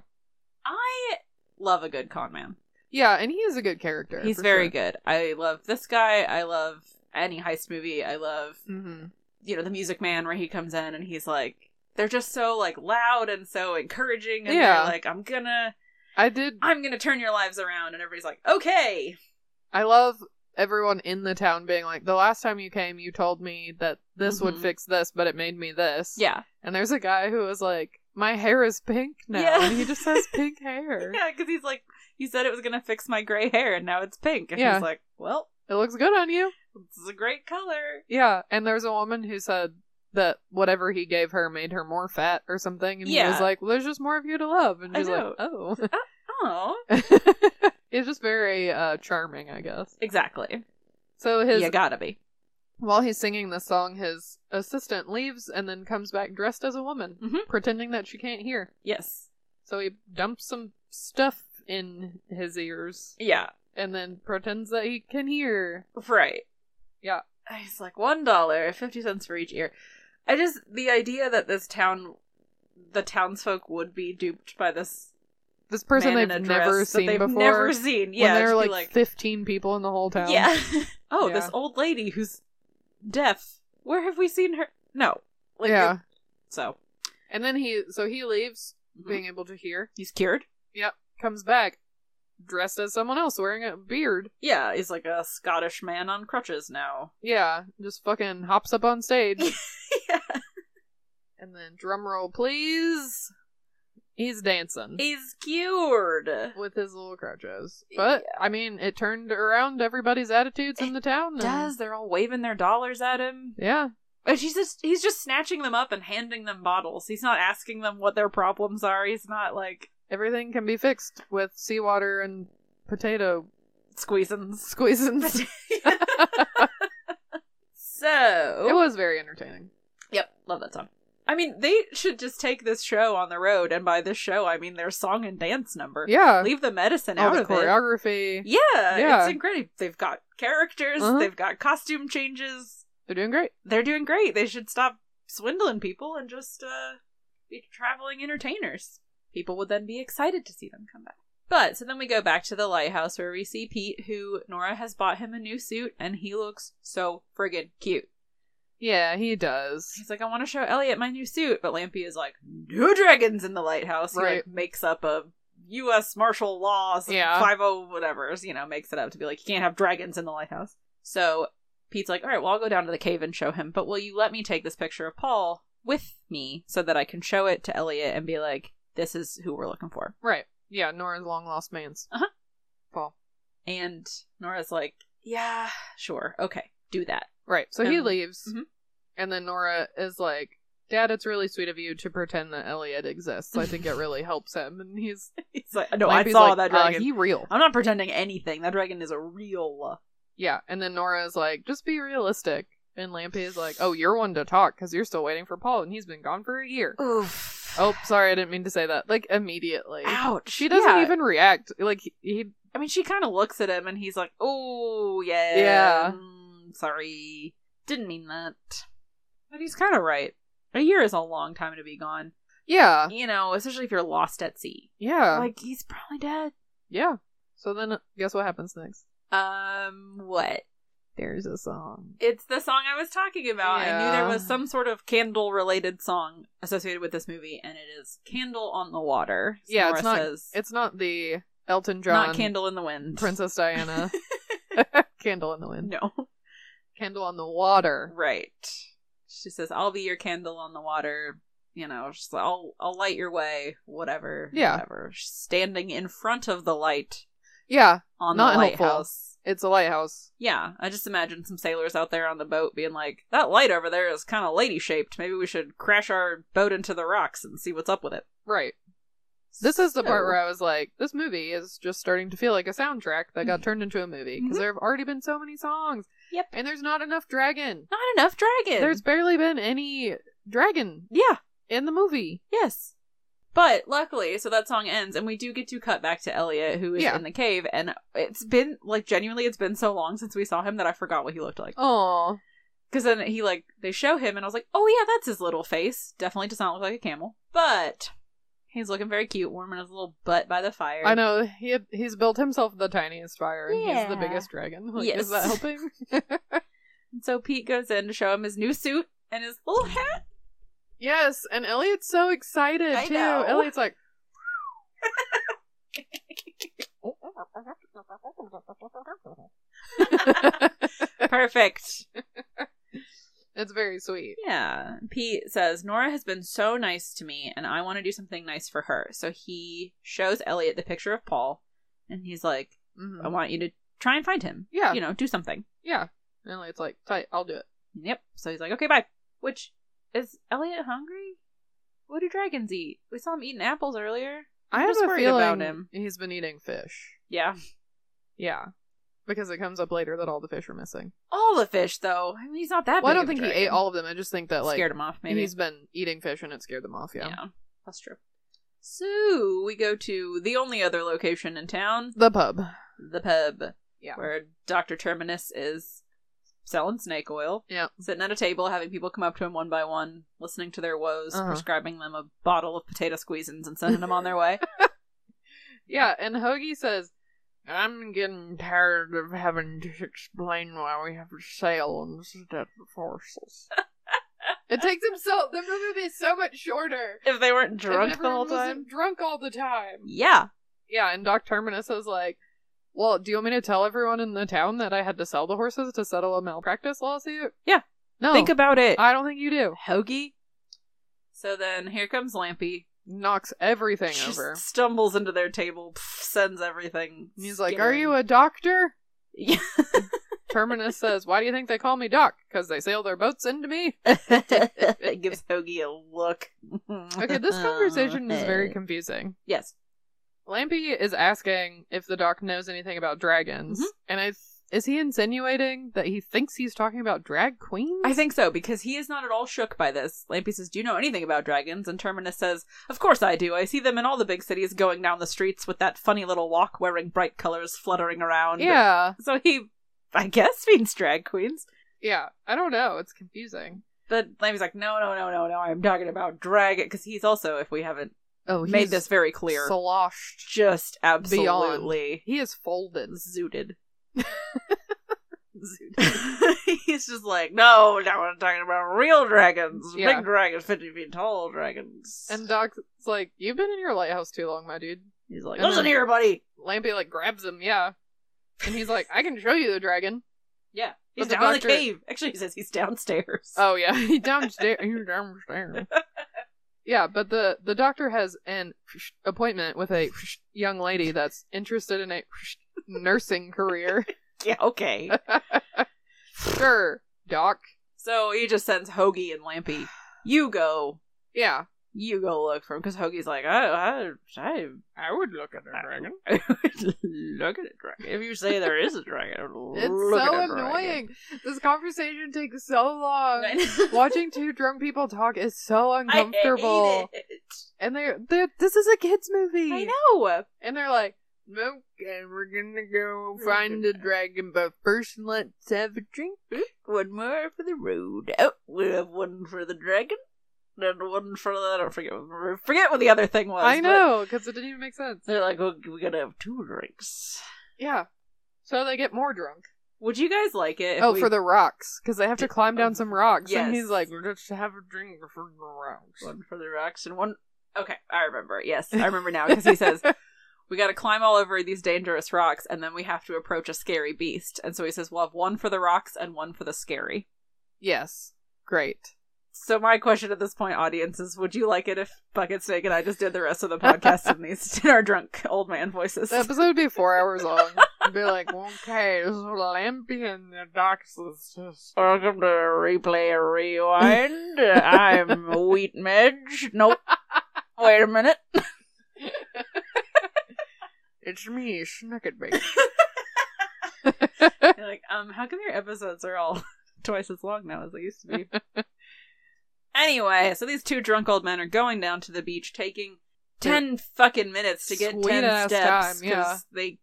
I love a good con man. Yeah, and he is a good character. He's very good. I love this guy. I love any heist movie. I love Mm-hmm. you know the Music Man where he comes in and he's like they're just so like loud and so encouraging and Yeah. they're like I'm gonna I did. I'm gonna turn your lives around and everybody's like okay I love everyone in the town being like, the last time you came, you told me that this would Mhm. fix this, but it made me this. yeah And there's a guy who was like, my hair is pink now. Yeah. And he just has pink hair. yeah because he's like you said it was gonna fix my gray hair and now it's pink and Yeah. he's like well It looks good on you. this is a great color Yeah, and there's a woman who said that whatever he gave her made her more fat or something, and he was Yeah. like, "Well, there's just more of you to love," and I she's like, know. "Oh." oh It's just very uh, charming, I guess. exactly So his you gotta be while he's singing this song, his assistant leaves and then comes back dressed as a woman, Mhm. pretending that she can't hear. yes So he dumps some stuff in his ears yeah and then pretends that he can hear. Right. Yeah. It's like one dollar, fifty cents for each ear. I just the idea that this town the townsfolk would be duped by this this person man in they've a never dress that seen they've before. Never seen. when Yeah, there just are be like, 15 people in the whole town. Yeah. oh, Yeah. this old lady who's deaf. Where have we seen her? No. Like, yeah. it- So And then he, so he leaves, Mhm. being able to hear. he's cured. Yep. Comes back, dressed as someone else, wearing a beard. Yeah, he's like a Scottish man on crutches now. Yeah. Just fucking hops up on stage. yeah. and then drum roll, please. He's dancing He's cured. with his little crutches. But I mean, it turned around everybody's attitudes in the town. and- Does they're all waving their dollars at him? Yeah. And he's just he's just snatching them up and handing them bottles. He's not asking them what their problems are. He's not like Everything can be fixed with seawater and potato squeezing. squeezing. so It was very entertaining. Yep, love that song. I mean, they should just take this show on the road, and by this show, I mean their song and dance number. Yeah. leave Oh, the medicine All out the of it. choreography. Yeah, Yeah. it's incredible. They've got characters, Uh-huh. they've got costume changes. They're doing great. They're doing great. They should stop swindling people and just uh, be traveling entertainers. People would then be excited to see them come back. But so then we go back to the lighthouse where we see Pete, who Nora has bought him a new suit, and he looks so friggin' cute. Yeah, he does. He's like, I want to show Elliot my new suit, but Lampy is like, no dragons in the lighthouse. He Right. like makes up a U.S. martial law, some Yeah. 50 whatever's, you know, makes it up to be like, you can't have dragons in the lighthouse. So Pete's like, all right, well, I'll go down to the cave and show him, but will you let me take this picture of Paul with me so that I can show it to Elliot and be like, this is who we're looking for? Right. Yeah, Nora's long lost man's. Uh-huh. Paul. And Nora's like, yeah, sure, okay, do that. Right. So he Um, leaves. mhm. And then Nora is like, Dad, it's really sweet of you to pretend that Elliot exists. I think it really helps him. And he's. He's like, no, I Lampy's saw like, that "Uh, dragon. he real. I'm not pretending anything. That dragon is a real. Yeah. And then Nora is like, just be realistic. And Lampy is like, oh, you're one to talk because you're still waiting for Paul and he's been gone for a year. Oof. Oh, sorry, I didn't mean to say that. Like, immediately. Ouch. She doesn't Yeah. even react. Like, he, he I mean, she kind of looks at him and he's like, oh, yeah. Yeah. mm, sorry. Didn't mean that. But he's kind of right. A year is a long time to be gone. yeah, You know, especially if you're lost at sea. yeah, Like, he's probably dead. yeah. So then, uh, guess what happens next? Um, what? There's a song. It's the song I was talking about. I knew Yeah. there was some sort of candle related song associated with this movie, and it is Candle on the Water. yeah, it's Samora not. says, It's not the Elton John, not Candle in the Wind. Princess Diana, Candle in the Wind, No. Candle on the Water. Right. She says, "I'll be your candle on the water." You know, she's like, "I'll I'll light your way, whatever." Yeah. Whatever. She's standing in front of the light Yeah, on Not the helpful. lighthouse. it's a lighthouse. Yeah, I just imagine some sailors out there on the boat being like, "That light over there is kind of lady shaped. Maybe we should crash our boat into the rocks and see what's up with it." Right. This is the part So- where I was like, this movie is just starting to feel like a soundtrack that got turned into a movie because Mhm. there have already been so many songs. Yep. And there's not enough dragon. not enough dragon. There's barely been any dragon yeah, in the movie. Yes. But luckily, so that song ends, and we do get to cut back to Elliot, who is Yeah. in the cave, and it's been like genuinely, it's been so long since we saw him that I forgot what he looked like. Oh, Because then he like they show him, and I was like, oh yeah, that's his little face. Definitely does not look like a camel, but he's looking very cute, warming his little butt by the fire. I know he he's built himself the tiniest fire, and he's the Yeah. biggest dragon. Like, Yes. is that helping? And so Pete goes in to show him his new suit and his little hat. yes, and Elliot's so excited I too. know. Elliot's like, Perfect. it's very sweet. Yeah. Pete says, Nora has been so nice to me, and I want to do something nice for her. So he shows Elliot the picture of Paul, and he's like, I Mhm. want you to try and find him. Yeah. You know, do something. Yeah, and Elliot's like, tight, I'll do it. Yep. So he's like, okay, bye. Which, is Elliot hungry? What do dragons eat? We saw him eating apples earlier. I I'm have just a worried feeling about him. he's been eating fish. Yeah. Yeah, because it comes up later that all the fish are missing. All the fish, though. I mean, he's not that well, I big don't of a think he dragon. ate all of them. I just think that like Scared him off, maybe. he's been eating fish and it scared them off. yeah. Yeah, That's true. So we go to the only other location in town, the pub. the pub. Yeah, where Dr. Terminus is selling snake oil, yeah, sitting at a table, having people come up to him one by one, listening to their woes, Uh-huh. prescribing them a bottle of potato squeezins, and sending them on their way. Yeah, and Hoagie says, I'm getting tired of having to explain why we have a sail instead of horses. it takes him so. The movie is so much shorter. If they weren't drunk If the whole everyone was time. Drunk all the time. Yeah. Yeah, and Doc Terminus is like, Well, do you want me to tell everyone in the town that I had to sell the horses to settle a malpractice lawsuit? Yeah. No. Think about it. I don't think you do. Hoagie. So then here comes Lampy. Knocks everything Just over. stumbles into their table, pff, sends everything. And He's like, Are you a doctor? Terminus says, Why do you think they call me Doc? Because they sail their boats into me? it gives Hoagie a look. Okay, this conversation is very confusing. Yes. Lampy is asking if the Doc knows anything about dragons. Mhm. And I. Is he insinuating that he thinks he's talking about drag queens? I think so, because he is not at all shook by this. Lampy says, Do you know anything about dragons? And Terminus says, Of course I do. I see them in all the big cities going down the streets with that funny little walk wearing bright colors fluttering around. Yeah. So he, I guess, means drag queens. Yeah. I don't know. It's confusing. But Lampy's like, No, no, no, no, no. I'm talking about dragon. Because he's also, if we haven't Oh, made this very clear, Sloshed. just Beyond. absolutely He is folded. zooted. he's just like, no, now I'm talking about real dragons, Yeah. big dragons, fifty feet tall dragons. And Doc's like, You've been in your lighthouse too long, my dude. he's like, and listen then- here, buddy. Lampy like grabs him, yeah. And he's like, I can show you the dragon. Yeah, But he's the down in the doctor- cave. Actually, he says he's downstairs. Oh yeah, he downstairs. He's downstairs. Yeah, but the the doctor has an appointment with a young lady that's interested in a nursing career. yeah, okay. sure, doc. so he just sends Hoagie and Lampy. You go, Yeah, you go look for him because Hoagie's like, I, I, I, I would look at a dragon. I would look at a dragon. If you say there is a dragon, I would It's look so at a annoying. This conversation takes so long. Dragon. Watching two drunk people talk is so uncomfortable. I hate it. And they're, they're this is a kids movie. I know. And they're like, okay, we're gonna go find the dragon, but first let's have a drink. One more for the road. Oh, we have one for the dragon, and one for the. I don't forget. Forget what the other thing was. I but know, because it didn't even make sense. They're like, well, we're gonna have two drinks. Yeah. So they get more drunk. Would you guys like it? if oh, we- Oh. for the rocks, because they have to climb down some rocks. Yes. And he's like, we're just to have a drink for the rocks. one for the rocks and one. Okay, I remember. Yes, I remember now because he says we got to climb all over these dangerous rocks, and then we have to approach a scary beast. And so he says we'll have one for the rocks and one for the scary. Yes. Great. So my question at this point, audience, is: Would you like it if Bucket Snake and I just did the rest of the podcast in these in our drunk old man voices? The episode would be four hours long. I'd be like, okay, this is Lampy and the doc's sisters. Welcome to Replay Rewind. I'm Wheat Midge. Nope. Wait a minute. It's me, Snicketbait. You're like, um, how come your episodes are all twice as long now as they used to be? anyway, so these two drunk old men are going down to the beach, taking ten fucking minutes to get Sweet ten ass steps time, yeah. they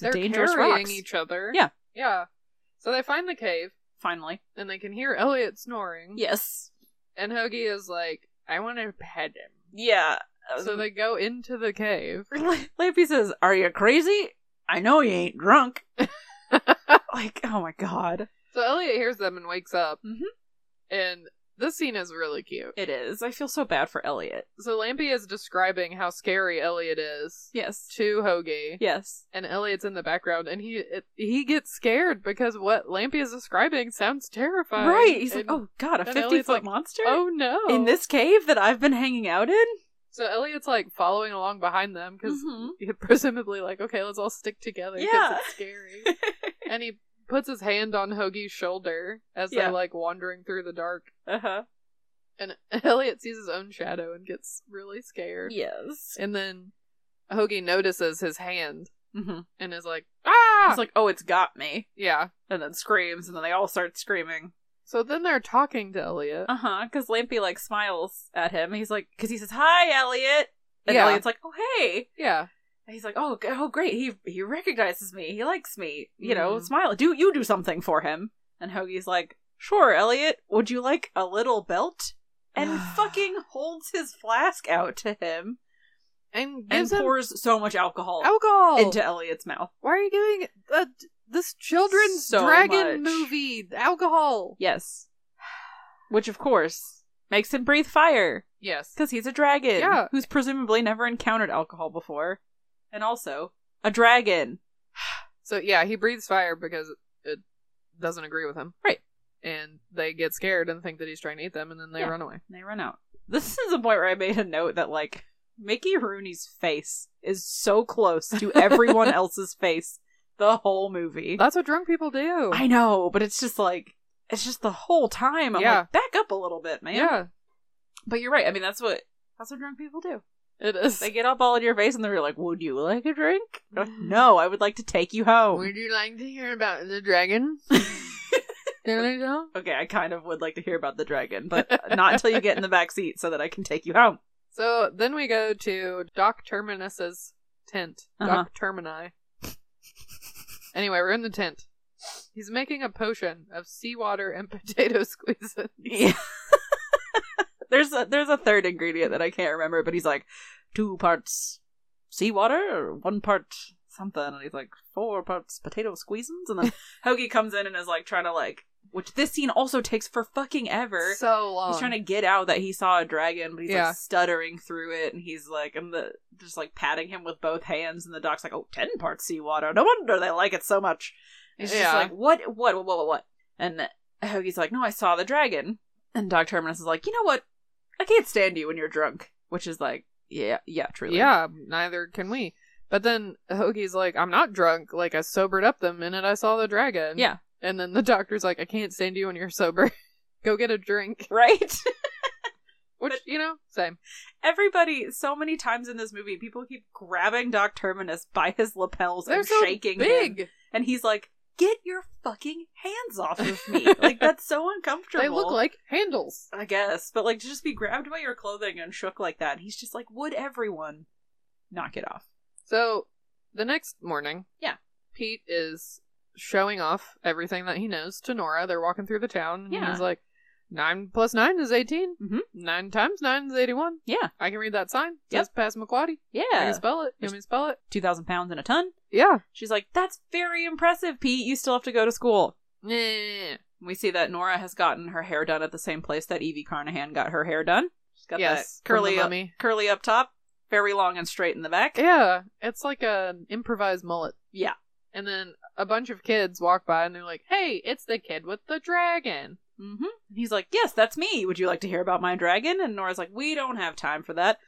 They're dangerous carrying rocks. each other. Yeah. Yeah. So they find the cave Finally, and they can hear Elliot snoring. yes, And Hoagie is like, I want to pet him. yeah. So they go into the cave. Lampy says, "Are you crazy? I know you ain't drunk." like, oh my god, So Elliot hears them and wakes up. Mhm. And this scene is really cute. it is. I feel so bad for Elliot. So Lampy is describing how scary Elliot is Yes, to Hoagie. yes, And Elliot's in the background, and he it, he gets scared because what Lampy is describing sounds terrifying. right. He's like, And, "Oh god, a and fifty Elliot's foot like, monster oh no!" in this cave that I've been hanging out in." so Elliot's like following along behind them because Mhm. presumably like, okay, let's all stick together. 'cause Yeah. it's scary. and he puts his hand on Hoagie's shoulder as Yeah. they're like wandering through the dark. uh huh. And Elliot sees his own shadow and gets really scared. Yes. And then Hoagie notices his hand Mm-hmm. and is like, ah! It's like, oh, it's got me, yeah. and then screams, and then they all start screaming. So then they're talking to Elliot. Uh huh. Because Lampy like smiles at him. He's like, because he says, "Hi, Elliot," and Yeah. Elliot's like, "Oh, hey." yeah. And he's like, "Oh, g- oh, great. He he recognizes me. He likes me. You know, Mhm. smile. Do you do something for him?" And Hoagie's like, "Sure, Elliot. Would you like a little belt?" And fucking holds his flask out to him. and and gives him pours so much alcohol, alcohol into Elliot's mouth. Why are you giving uh, this children's So dragon much. movie alcohol? Yes. Which, of course, makes him breathe fire Yes. because he's a dragon Yeah. who's presumably never encountered alcohol before. And also, a dragon. So yeah, he breathes fire because it doesn't agree with him. Right. And they get scared and think that he's trying to eat them, and then they Yeah. run away. And they run out. This is the point where I made a note that, like, Mickey Rooney's face is so close to everyone else's face the whole movie. That's what drunk people do. I know, but it's just like, it's just the whole time. I'm Yeah. like, back up a little bit, man. yeah, But you're right. I mean, that's what. That's what drunk people do. it is. They get up all in your face and they're like, Would you like a drink? You're Mm. like, no, I would like to take you home. you like to hear about the dragon? Okay, I kind of would like to hear about the dragon, but not until you get in the back seat so that I can take you home. so then we go to Doc Terminus's tent. Uh-huh. Doc Termini. anyway, we're in the tent. He's making a potion of seawater and potato squeezes. Yeah. there's a there's a third ingredient that I can't remember, but he's like two parts seawater or one part something, and he's like four parts potato squeezins, and then Hoagie comes in and is like trying to like which this scene also takes for fucking ever. So long. He's trying to get out that he saw a dragon, but he's Um, Yeah. like stuttering through it, and he's like, and the just like patting him with both hands, and the doc's like, "Oh, ten parts seawater. No wonder they like it so much." He's Yeah. just like, "What? What? What? What? What?" And Hoagie's like, "No, I saw the dragon." And Doc Terminus is like, "You know what? I can't stand you when you're drunk," which is like, "Yeah, yeah, truly, Yeah, neither can we. But then Hoagie's like, I'm not drunk. Like, I sobered up the minute I saw the dragon. yeah, And then the doctor's like, I can't stand you when you're sober. Go get a drink. right." Which, you know, same. Everybody, so many times in this movie, people keep grabbing Doc Terminus by his lapels They're and so shaking him. big. and he's like, "Get your fucking hands off of me!" like that's so uncomfortable. They look like handles. I guess, but like to just be grabbed by your clothing and shook like that. He's just like, "Would everyone knock it off?" So the next morning, Yeah. Pete is showing off everything that he knows to Nora. They're walking through the town. And Yeah. He's like, nine plus nine is 18. Mhm. Nine times nine is 81. Yeah, I can read that sign. It Yep. says pass McLeody. I can yeah. spell it. You want me to spell it? Two thousand pounds in a ton. Yeah. She's like, "That's very impressive, Pete. You still have to go to school." Yeah. We see that Nora has gotten her hair done at the same place that Evie Carnahan got her hair done. She's got Yes, that curly, from the up, mummy. curly up top, very long and straight in the back. Yeah, it's like an improvised mullet. yeah, And then a bunch of kids walk by and they're like, "Hey, it's the kid with the dragon." Mm-hmm. And he's like, Yes, that's me. Would you like to hear about my dragon? And Nora's like, We don't have time for that.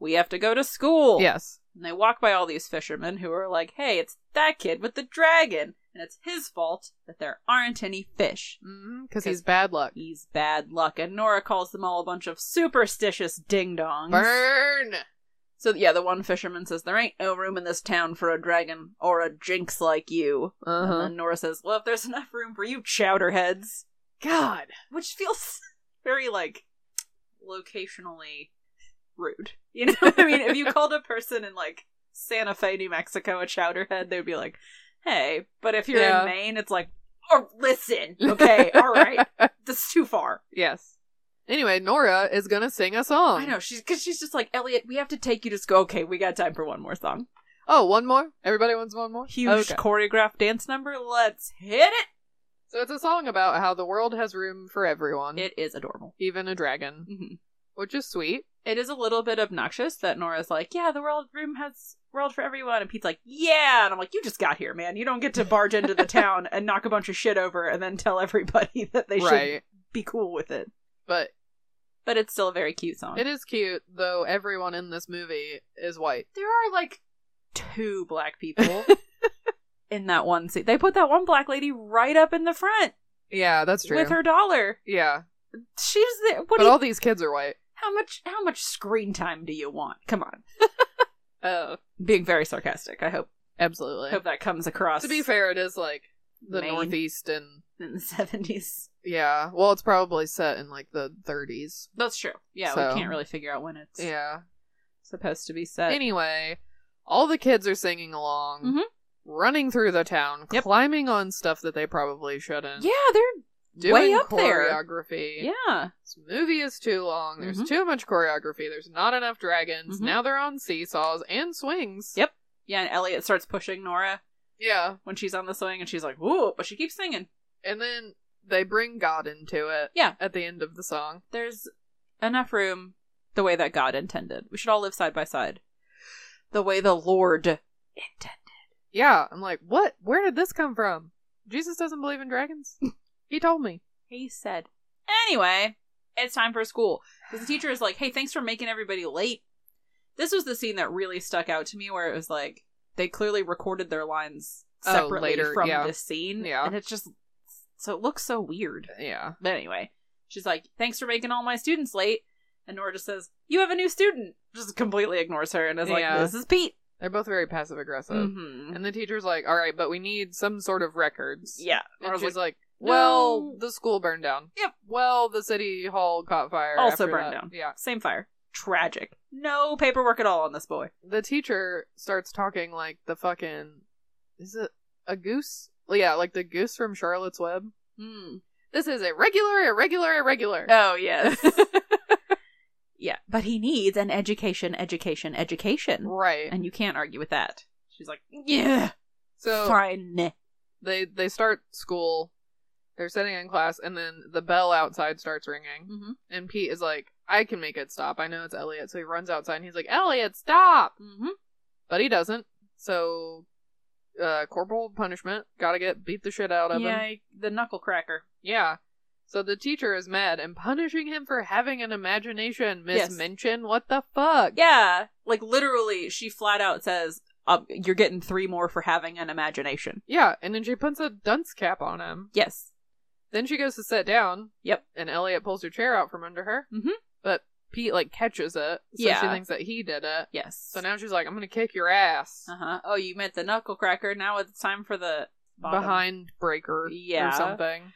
We have to go to school. Yes. And they walk by all these fishermen who are like, Hey, it's that kid with the dragon. And it's his fault that there aren't any fish. Mm-hmm. Because he's bad luck. He's bad luck. And Nora calls them all a bunch of superstitious ding dongs. Burn. So, yeah, the one fisherman says, There ain't no room in this town for a dragon or a jinx like you. And Uh huh. then Nora says, Well, if there's enough room for you chowderheads. God. which feels very like locationally rude. You know, what I mean, if you called a person in like Santa Fe, New Mexico, a chowderhead, they'd be like, "Hey," but if you're Yeah. in Maine, it's like, "Oh, listen, okay, all right, this is too far." Yes. Anyway, Nora is gonna sing a song. I know she's because she's just like Elliot. We have to take you to school. Okay, we got time for one more song. Oh, one more. Everybody wants one more. Huge Okay. choreographed dance number. Let's hit it. So it's a song about how the world has room for everyone, It is adorable. even a dragon, Mm-hmm. which is sweet. it is a little bit obnoxious that Nora's like, yeah, the world room has world for everyone, and Pete's like, yeah, and I'm like, you just got here, man. You don't get to barge into the town and knock a bunch of shit over and then tell everybody that they should right. be cool with it. But But it's still a very cute song. it is cute, though. Everyone in this movie is white. There are like two black people in that one scene. They put that one black lady right up in the front Yeah, that's true. with her dollar. Yeah. She's there. What? but do you- all these kids are white. how much? How much screen time do you want? Come on. Oh, Being very sarcastic. I hope. absolutely. hope that comes across. to be fair, it is like the Maine. Northeast and in the seventies. yeah. Well, it's probably set in like the 30s. That's true. Yeah, So- we can't really figure out when it's Yeah. supposed to be set. anyway, all the kids are singing along, Mhm. running through the town, Yep. climbing on stuff that they probably shouldn't. yeah, they're doing way up there. choreography. Yeah. This movie is too long. There's Mhm. too much choreography. There's not enough dragons. Mhm. Now they're on seesaws and swings. Yep. Yeah, and Elliot starts pushing Nora Yeah. when she's on the swing, and she's like, "Whoa!" But she keeps singing. And then they bring God into it. Yeah. At the end of the song. There's enough room, the way that God intended. We should all live side by side, the way the Lord intended. Yeah. I'm like, what? Where did this come from? Jesus doesn't believe in dragons. he told me. He said. Anyway, it's time for school. Because the teacher is like, hey, thanks for making everybody late. This was the scene that really stuck out to me where it was like, they clearly recorded their lines Oh, separately later, from yeah. this scene. Yeah. And it's just, so it looks so weird. Yeah. But anyway, she's like, thanks for making all my students late. And Nora just says, you have a new student. Just completely ignores her and is like, Yeah. this is Pete. They're both very passive aggressive. Mhm. And the teacher's like, all right, but we need some sort of records. yeah. And Nora's she's like, like, well, "No." the school burned down. Yep. Well, the city hall caught fire. also after burned that." down. Yeah. Same fire. Tragic. No paperwork at all on this boy. the teacher starts talking like the fucking is it a goose? Yeah, like the goose from Charlotte's Web. Hmm. This is irregular, irregular, irregular. Oh yes. yeah, but he needs an education, education, education, right. and you can't argue with that. She's like, yeah, so Mm-hmm, fine. they they start school. They're sitting in class, and then the bell outside starts ringing. Mm-hmm. And Pete is like, "I can make it stop. I know it's Elliot." So he runs outside, and he's like, "Elliot, stop!" Mm-hmm. But he doesn't. So, uh, corporal punishment. Gotta get beat the shit out of him. Yeah, the knuckle cracker. Yeah. So the teacher is mad and punishing him for having an imagination, Miss Yes. Minchin. What the fuck? Yeah, like literally, she flat out says, um, "You're getting three more for having an imagination." Yeah, and then she puts a dunce cap on him. Yes. Then she goes to sit down, Yep. and Elliot pulls her chair out from under her. Mhm. But Pete, like, catches it, so she Yeah. thinks that he did it. Yes. So now she's like, I'm gonna kick your ass. Uh huh. Oh, you meant the knuckle cracker. Now it's time for the bottom. Behind breaker or Yeah. something.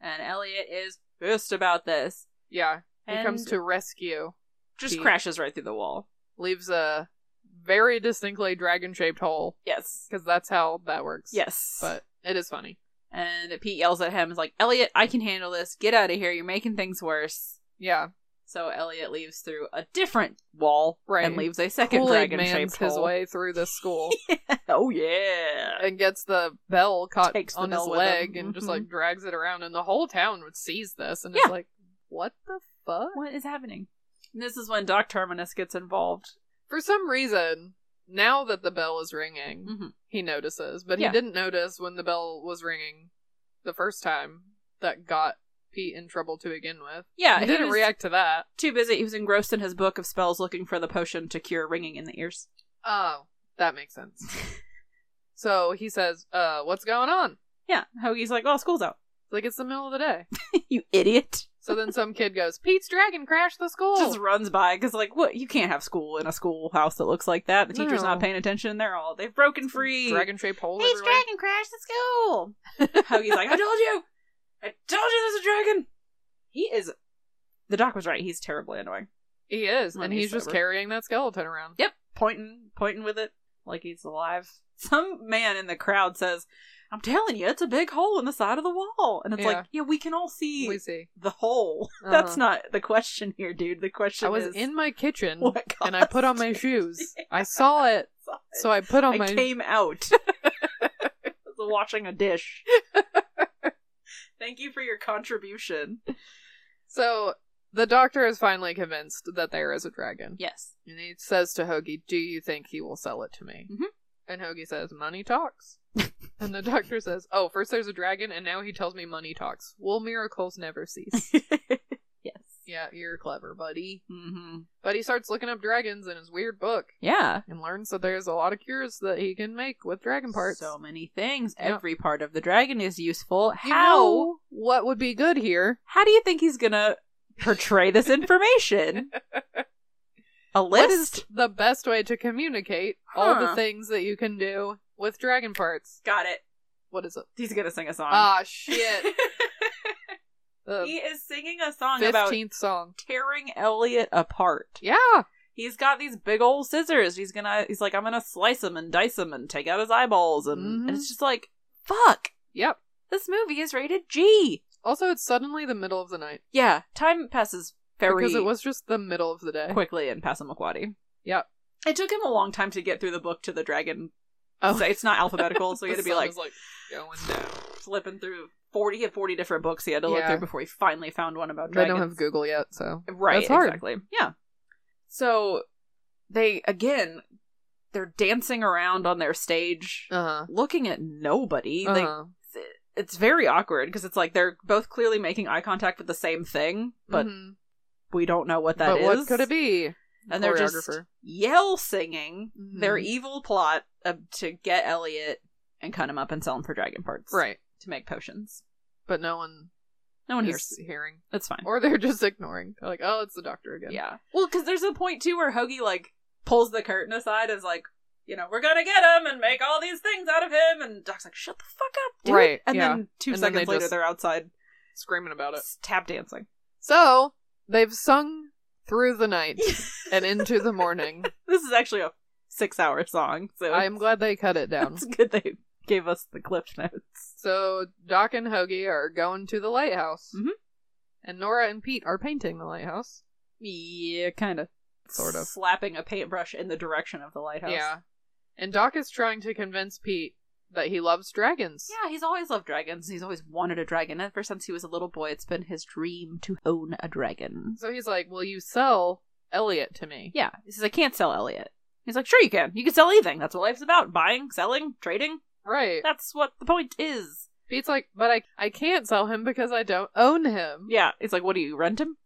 And Elliot is pissed about this. Yeah. He comes And- to rescue. Just Pete. crashes right through the wall. Leaves a very distinctly dragon shaped hole. Yes. Because that's how that works. Yes. But it is funny. And Pete yells at him, is like, Elliot, I can handle this. Get out of here. You're making things worse. Yeah. So Elliot leaves through a different wall Right. and leaves a second Kool-Aid dragon mans shaped his hole. way through this school Oh yeah. and gets the bell caught Takes the on bell his with him. Mm-hmm. leg and just like drags it around, and the whole town would seize this and it's Yeah. like, what the fuck? What is happening? And this is when Doc Terminus gets involved. For some reason, now that the bell is ringing, Mhm. he notices, but Yeah. he didn't notice when the bell was ringing the first time that got Pete in trouble to begin with. Yeah, he didn't was react to that. Too busy. He was engrossed in his book of spells, looking for the potion to cure ringing in the ears. Oh, that makes sense. so he says, "Uh, what's going on?" Yeah, Hoagie's like, "Oh, school's out, Like it's the middle of the day. you idiot!" So then some kid goes, Pete's dragon crashed the school. Just runs by because, like, what? You can't have school in a schoolhouse that looks like that. The teacher's No. not paying attention. They're all they've broken free. Dragon shaped hole. Pete's everywhere. dragon crashed at school. Hoagie's like, I told you, I told you there's a dragon. He is. The doc was right. He's terribly annoying. He is, When and he's he's just sober. carrying that skeleton around. Yep, pointing, pointing with it like he's alive. Some man in the crowd says, "I'm telling you, it's a big hole in the side of the wall," and it's Yeah. like, yeah, we can all see We see. the hole. Uh-huh. That's not the question here, dude. The question I was is, in my kitchen what and I put on my caused it? shoes. I saw it, so I put on I my. came out. I was washing a dish. Thank you for your contribution. So the doctor is finally convinced that there is a dragon, Yes. and he says to Hoagie, "Do you think he will sell it to me?" Mhm. And Hoagie says, "Money talks." and the doctor says, "Oh, first there's a dragon, and now he tells me money talks. Will miracles never cease?" yes. yeah, you're clever, buddy. Mm-hmm. But he starts looking up dragons in his weird book Yeah. and learns that there's a lot of cures that he can make with dragon parts. So many things. Yeah. Every part of the dragon is useful. You How? know what would be good here? How do you think he's gonna portray this information? a What list. is the best way to communicate all the Huh. things that you can do with dragon parts? Got it. What is it? He's gonna sing a song. Ah, shit. he The is singing a song about fifteenth song. tearing Elliot apart. Yeah, He's got these big old scissors. He's gonna. He's like, I'm gonna slice him and dice him and take out his eyeballs, and, Mhm. and it's just like, fuck. yep. This movie is rated G. Also, it's suddenly the middle of the night Yeah, time passes very because it was just the middle of the day. quickly in Passamaquoddy. Yeah. It took him a long time to get through the book to the dragon. Oh. So it's not alphabetical, so he had The to be sun like, was, going down. flipping through 40 and 40 different books he had to look Yeah. through before he finally found one about They dragons. don't have Google yet, so Right, That's hard. exactly. Yeah. So they again they're dancing around on their stage Uh looking at nobody. huh. They- Uh-huh. it's very awkward because it's like they're both clearly making eye contact with the same thing, but Mhm. we don't know what that but is. what could it be? And they're just Choreographer. yell singing their Mhm. evil plot uh, to get Elliot and cut him up and sell him for dragon parts. right, To make potions. but no one No one is hears. hearing, It's fine. or they're just ignoring. They're like, "Oh, it's the doctor again." Yeah. Well, because there's a point too where Hoagie like pulls the curtain aside, is like, you know, we're gonna get him and make all these things out of him, and Doc's like, shut the fuck up, dude. Right, And yeah. then two And then seconds they later, just- they're outside screaming about it. s- tap dancing. So they've sung through the night and into the morning. This is actually a six-hour song, so I am glad they cut it down. it's good they gave us the cliff notes. So Doc and Hoagie are going to the lighthouse, Mhm. and Nora and Pete are painting the lighthouse. Yeah, kind of, Sort of. slapping a paintbrush in the direction of the lighthouse. Yeah, and Doc is trying to convince Pete that he loves dragons. Yeah, he's always loved dragons. He's always wanted a dragon. Ever since he was a little boy, it's been his dream to own a dragon. So he's like, "Will you sell Elliot to me?" Yeah. He says, I can't sell Elliot. He's like, sure you can. You can sell anything. That's what life's about. Buying, selling, trading. Right. That's what the point is. Pete's like, "But I I can't sell him because I don't own him." Yeah. He's like, what do you, rent him?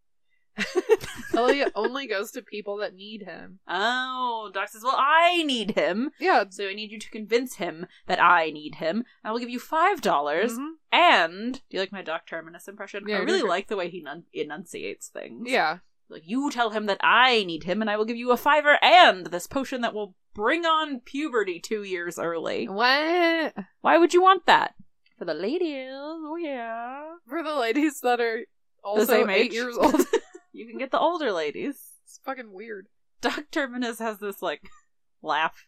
Elliot only goes to people that need him. Oh, Doc says, well, I need him. Yeah. So I need you to convince him that I need him. I will give you $5. dollars Mhm. And do you like my Doc Terminus impression? Yeah, I you're really good. like the way he nun- enunciates things. Yeah. Like, you tell him that I need him and I will give you a fiver and this potion that will bring on puberty two years early. What? Why would you want that? For the ladies, oh yeah. For the ladies that are also the same eight age. years old. you can get the older ladies. it's fucking weird. Dr. Minus has this like laugh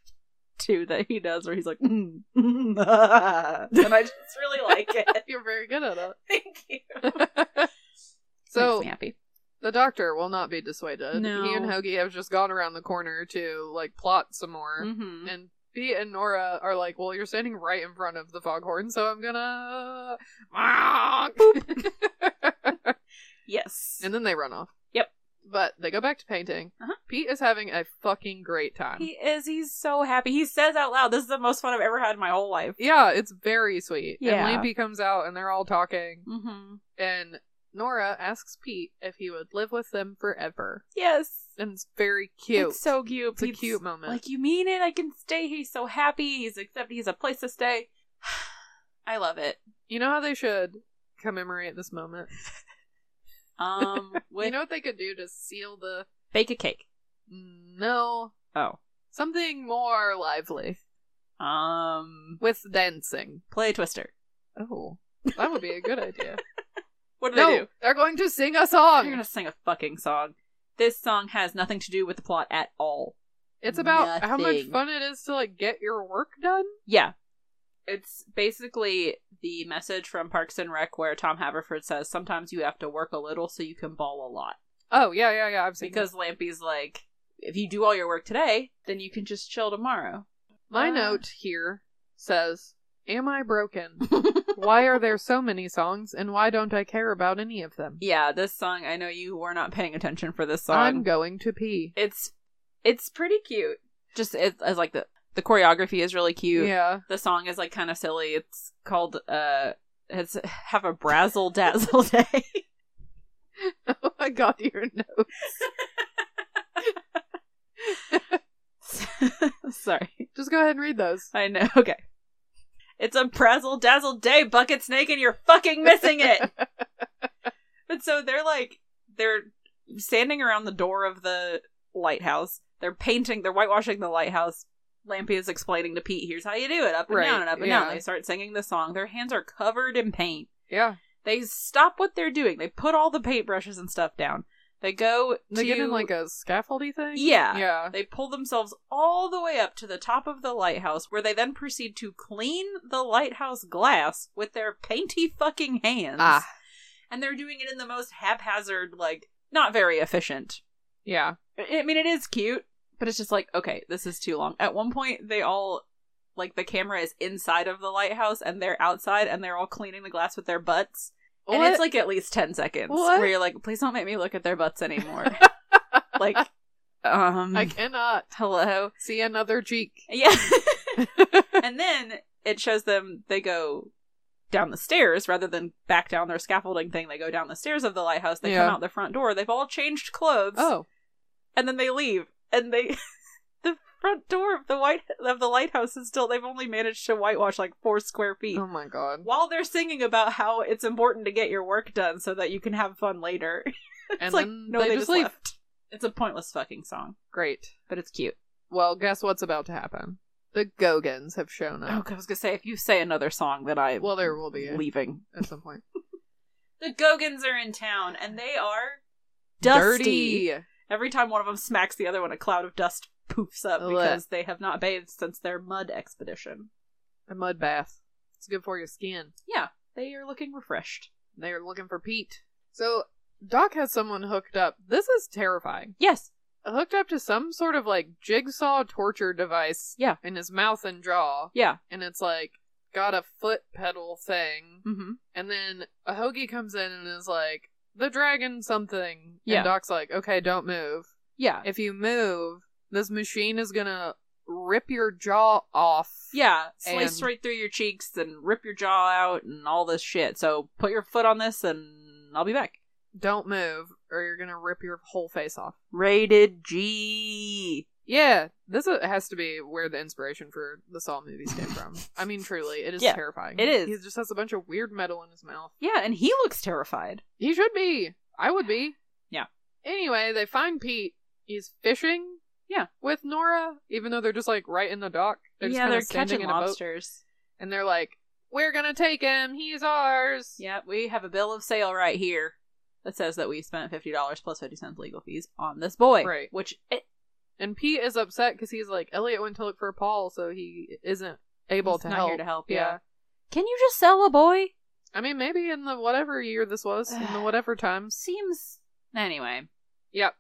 too that he does where he's like mm, mm, ah," and I just really like it. You're very good at it. Thank you. So- Makes me happy. The doctor will not be dissuaded. No. He and Hoagie have just gone around the corner to like plot some more. Mhm. And Pete and Nora are like, Well, you're standing right in front of the foghorn, so I'm gonna Yes. And then they run off. Yep. But they go back to painting. Uh-huh. Pete is having a fucking great time. he is. He's so happy. He says out loud, "This is the most fun I've ever had in my whole life." Yeah, it's very sweet. Yeah. And Lampy comes out and they're all talking. Mm-hmm. And Nora asks Pete if he would live with them forever. Yes. And it's very cute. It's so cute. It's a Pete's cute moment. Like you mean it? I can stay. He's so happy. He's accepted. He's a place to stay. I love it. you know how they should commemorate this moment? Um, with You know what they could do to seal the. bake a cake. No. Oh, Something more lively. um, With dancing. play a twister. Oh. That would be a good idea. What do no, they do? they're going to sing a I'm gonna song. sing a fucking song. This song has nothing to do with the plot at all. It's about how much Nothing. fun it is to like get your work done. Yeah, it's basically the message from Parks and Rec where Tom Haverford says sometimes you have to work a little so you can ball a lot. Oh yeah, yeah, yeah. I've seen that. Because Lampy's like, if you do all your work today, then you can just chill tomorrow. My Uh. note here says, Am I broken? why are there so many songs and why don't I care about any of them? Yeah, this song. I know you were not paying attention for this song. I'm going to pee. it's it's pretty cute. Just it, it's like the the choreography is really cute. Yeah. The song is like kind of silly. It's called uh, it's have a brazzle dazzle day. oh my god, your note. Sorry, Just go ahead and read those. I know. Okay, it's a brazzle dazzle day, bucket snake, and you're fucking missing it. but so they're like they're standing around the door of the lighthouse. They're painting. They're whitewashing the lighthouse. Lampy is explaining to Pete, "Here's how you do it: up and Right, down and up and yeah. down." They start singing the song. Their hands are covered in paint. Yeah. They stop what they're doing. They put all the paintbrushes and stuff down. They go They to get in like a scaffoldy thing? Yeah. Yeah. They pull themselves all the way up to the top of the lighthouse, where they then proceed to clean the lighthouse glass with their painty fucking hands. Ah. And they're doing it in the most haphazard, like, not very efficient. Yeah. I I mean, it is cute, but it's just like, okay, this is too long. At one point, they all, like, the camera is inside of the lighthouse and they're outside and they're all cleaning the glass with their butts. And it's What? like at least 10 seconds What? where you're like, please don't make me look at their butts anymore. like, um. I cannot Hello. see another cheek. Yeah. and then it shows them they go down the stairs rather than back down their scaffolding thing. They go down the stairs of the lighthouse. They Yeah. come out the front door. They've all changed clothes. Oh. And then they leave. And they the front door of the white of the lighthouse is still they've only managed to whitewash like 4 square feet. Oh my god. While they're singing about how it's important to get your work done so that you can have fun later. it's and like then no they, just leave. left. It's a pointless fucking song, Great. but it's cute. Well, guess what's about to happen? The Gogans have shown Oh, up. 'cause I was gonna say if you say another song that I Well, there will be a- leaving. at some point. The Gogans are in town, and they are dusty. Dirty. Every time one of them smacks the other one, a cloud of dust poofs up Ugh. because they have not bathed since their mud expedition. A mud bath. It's good for your skin. Yeah, they are looking refreshed. They are looking for Pete. So Doc has someone hooked up. This is terrifying. Yes, Hooked up to some sort of like jigsaw torture device. Yeah. In his mouth and jaw, yeah, and it's like got a foot pedal thing. mm-hmm. And then a hoagie comes in and is like, the dragon something. Yeah. And Doc's like, okay, don't move. yeah, If you move, this machine is gonna rip your jaw off. yeah. Slice And- right through your cheeks and rip your jaw out and all this shit. So put your foot on this, and I'll be back. Don't move, or you're gonna rip your whole face off. Rated G. Yeah, this uh, has to be where the inspiration for the Saw movies came from. I mean, truly, it is Yeah, terrifying. it is. He just has a bunch of weird metal in his mouth. Yeah, and he looks terrified. He should be. I would be. Yeah. Anyway, they find Pete. He's fishing. Yeah. With Nora, even though they're just like right in the dock. They're just yeah, kinda they're standing catching in a boat, lobsters. and they're like, "We're gonna take him. He's ours." Yeah, we have a bill of sale right here that says that we spent fifty dollars plus fifty cents legal fees on this boy. Right. Which it, And Pete is upset because he's like, Elliot went to look for Paul, so he isn't able He's to not help. here to help, yeah. can you just sell a boy? I mean, maybe in the whatever year this was, in the whatever times. Seems anyway. Yep.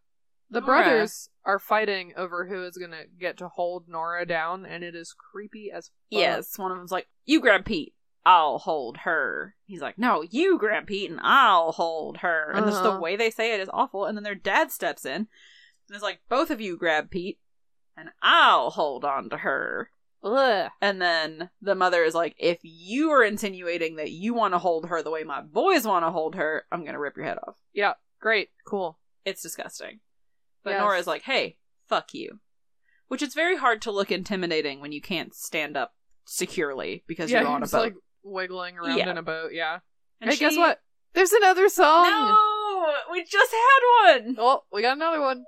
The Nora. brothers are fighting over who is gonna get to hold Nora down, and it is creepy as fuck. Yes. One of them's like, "You grab Pete, I'll hold her." He's like, "No, you grab Pete, and I'll hold her." And just the Uh-huh. way they say it is awful. And then their dad steps in and is like, "Both of you grab Pete, and I'll hold on to her." Ugh. And then the mother is like, if you are insinuating that you want to hold her the way my boys want to hold her, I'm going to rip your head off. Yeah. Great. Cool. It's disgusting. But Yes. Nora's like, hey, fuck you. Which is very hard to look intimidating when you can't stand up securely because yeah, you're on a he's, boat. like wiggling around Yeah. in a boat. Yeah. And hey, guess she- what? There's another song. No! We just had one! Oh, we got another one.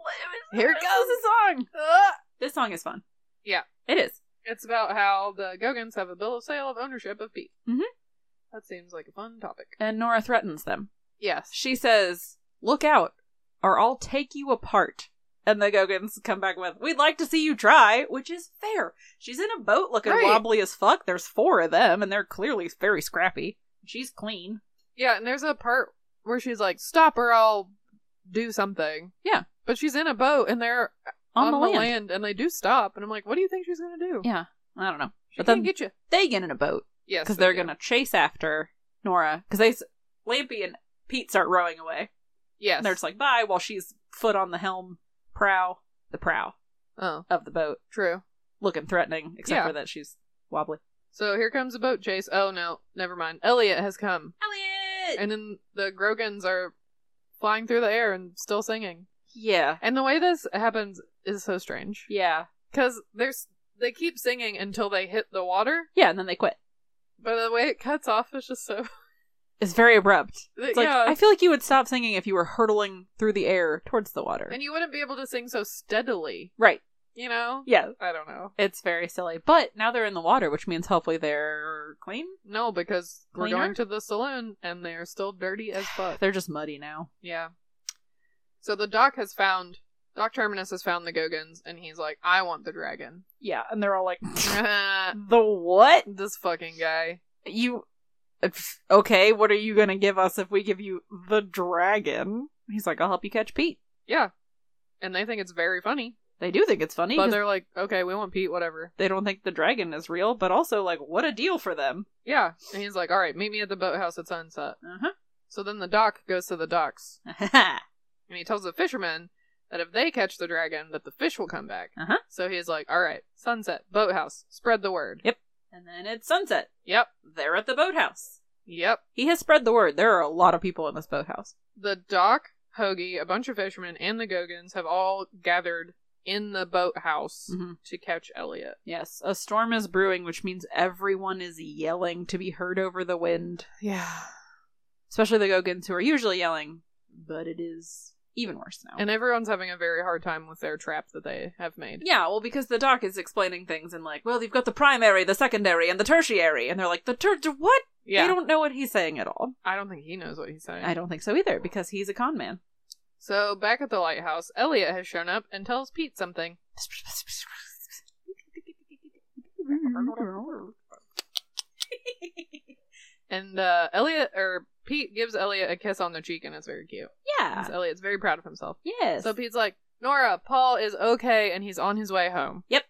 Here it This is a song! Ugh. This song is fun. Yeah. It is. It's about how the Gogans have a bill of sale of ownership of Pete. Mhm. That seems like a fun topic. And Nora threatens them. Yes. She says, Look out, or I'll take you apart. And the Gogans come back with, We'd like to see you try, which is fair. She's in a boat looking Right. wobbly as fuck. There's four of them, and they're clearly very scrappy. She's clean. Yeah, and there's a part where she's like, "Stop or I'll do something." Yeah. But she's in a boat and they're On on, the the, land. land. and they do stop and I'm like, "What do you think she's going to do?" Yeah. I don't know. She But can't then get you. they get in a boat Yes. because they they're do. going to chase after Nora because they, s- Lampy and Pete start rowing away. Yes. And they're just like, bye, while she's foot on the helm, prow, the prow "Oh, of the boat, true." looking threatening, except Yeah. for that she's wobbly. So here comes a boat chase. Oh no, never mind. Elliot has come. Elliot! And then the Grogans are flying through the air and still singing. yeah. And the way this happens is so strange. Yeah. Cuz there's they keep singing until they hit the water, Yeah, and then they quit. but the way it cuts off is just so It's very abrupt. Th- It's like, yeah. I feel like you would stop singing if you were hurtling through the air towards the water. and you wouldn't be able to sing so steadily, right. you know? Yeah. I don't know. It's very silly. But now they're in the water, which means hopefully they're clean. No, because we're Cleaner? going to the saloon and they are still dirty as fuck. They're just muddy now. yeah. So the doc has found Doc Terminus has found the Gogans, and he's like, "I want the dragon." Yeah, and they're all like, this the what? fucking guy. You. Okay, what are you gonna give us if we give you the dragon? He's like, I'll help you catch Pete. Yeah, and they think it's very funny, They do think it's funny. but 'cause they're like, "Okay, we want Pete, whatever." they don't think the dragon is real, but also, like, what a deal for them. Yeah, and he's like, "All right, meet me at the boathouse at sunset." Uh So then the doc goes to the docks, huh. and he tells the fishermen that if they catch the dragon, that the fish will come back. Uh-huh. So he's like, "All right, sunset, boathouse, spread the word." Yep. and then it's sunset. Yep. They're at the boathouse. Yep. He has spread the word. There are a lot of people in this boathouse. the doc, Hoagie, a bunch of fishermen, and the Gogans have all gathered in the boathouse Mhm. to catch Elliot. Yes, a storm is brewing, which means everyone is yelling to be heard over the wind. Yeah. Especially the Gogans, who are usually yelling, but it is even worse now. And everyone's having a very hard time with their trap that they have made. Yeah, well, because the doc is explaining things and like, well, you've got the primary, the secondary, and the tertiary, and they're like, the ter what? Yeah. They don't know what he's saying at all. I don't think he knows what he's saying. I don't think so either, because he's a con man. So back at the lighthouse, Elliot has shown up and tells Pete something. And uh, Elliot or Pete gives Elliot a kiss on the cheek and it's very cute. yeah. So Elliot's very proud of himself. Yes. So Pete's like, Nora, Paul is okay and he's on his way home. Yep.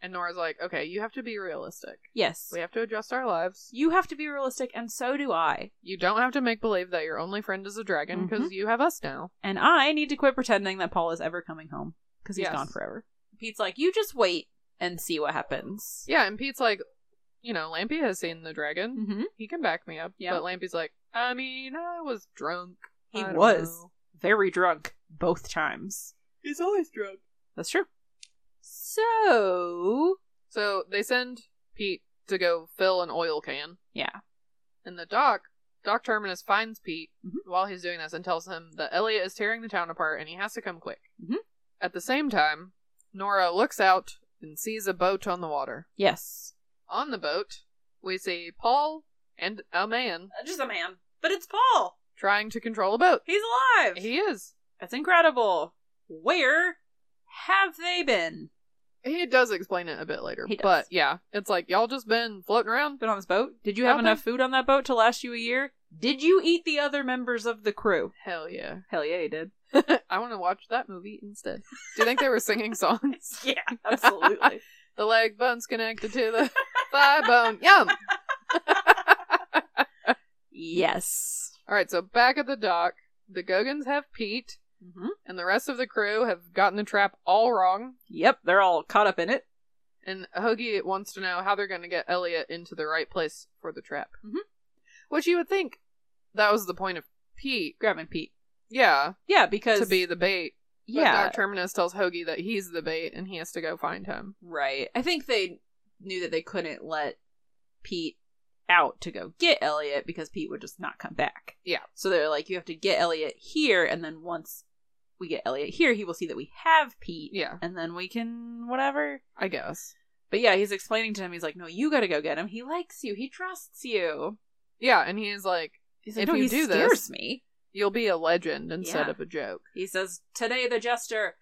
And Nora's like, okay, you have to be realistic. yes. We have to adjust our lives. You have to be realistic, and so do I. You don't have to make believe that your only friend is a dragon Mm-hmm. because you have us now. And I need to quit pretending that Paul is ever coming home because he's Yes. gone forever. Pete's like, you just wait and see what happens. Yeah, and Pete's like, you know, Lampy has seen the dragon. Mm-hmm. He can back me up. Yeah. But Lampy's like, I mean, I was drunk. He I don't was know." very drunk both times. He's always drunk. That's true. So, So they send Pete to go fill an oil can. yeah. And the doc, Doc Terminus finds Pete Mhm. while he's doing this and tells him that Elliot is tearing the town apart and he has to come quick. Mhm. At the same time, Nora looks out and sees a boat on the water. Yes. On the boat, we see Paul and a man Uh, Just a man. But it's Paul. trying to control a boat. He's alive. He is. That's incredible. Where have they been? He does explain it a bit later. He does. But yeah, it's like y'all just been floating around. Been on this boat? Did you have Out enough there. food on that boat to last you a year? Did you eat the other members of the crew? Hell yeah. Hell yeah, you did. I want to watch that movie instead. Do you think they were singing songs? Yeah, absolutely. The leg bone's connected to the thigh bone. Yum! yes. All right, so back at the dock, the Gogans have Pete, hmm and the rest of the crew have gotten the trap all wrong. Yep, they're all caught up in it. And Hoagie wants to know how they're going to get Elliot into the right place for the trap. Mhm. Which you would think that was the point of Pete. Grabbing Pete. Yeah, Yeah, because to be the bait. But yeah, Doc Terminus tells Hoagie that he's the bait and he has to go find him. right. I think they knew that they couldn't let Pete out to go get Elliot because Pete would just not come back. Yeah. So they're like, you have to get Elliot here, and then once we get Elliot here, he will see that we have Pete. Yeah. And then we can whatever. I guess. But yeah, he's explaining to him. He's like, "No, you got to go get him. He likes you. He trusts you." Yeah, and he's like, He's like, If "No, you he do scares this- me." you'll be a legend instead Yeah. of a joke. He says, "Today the jester,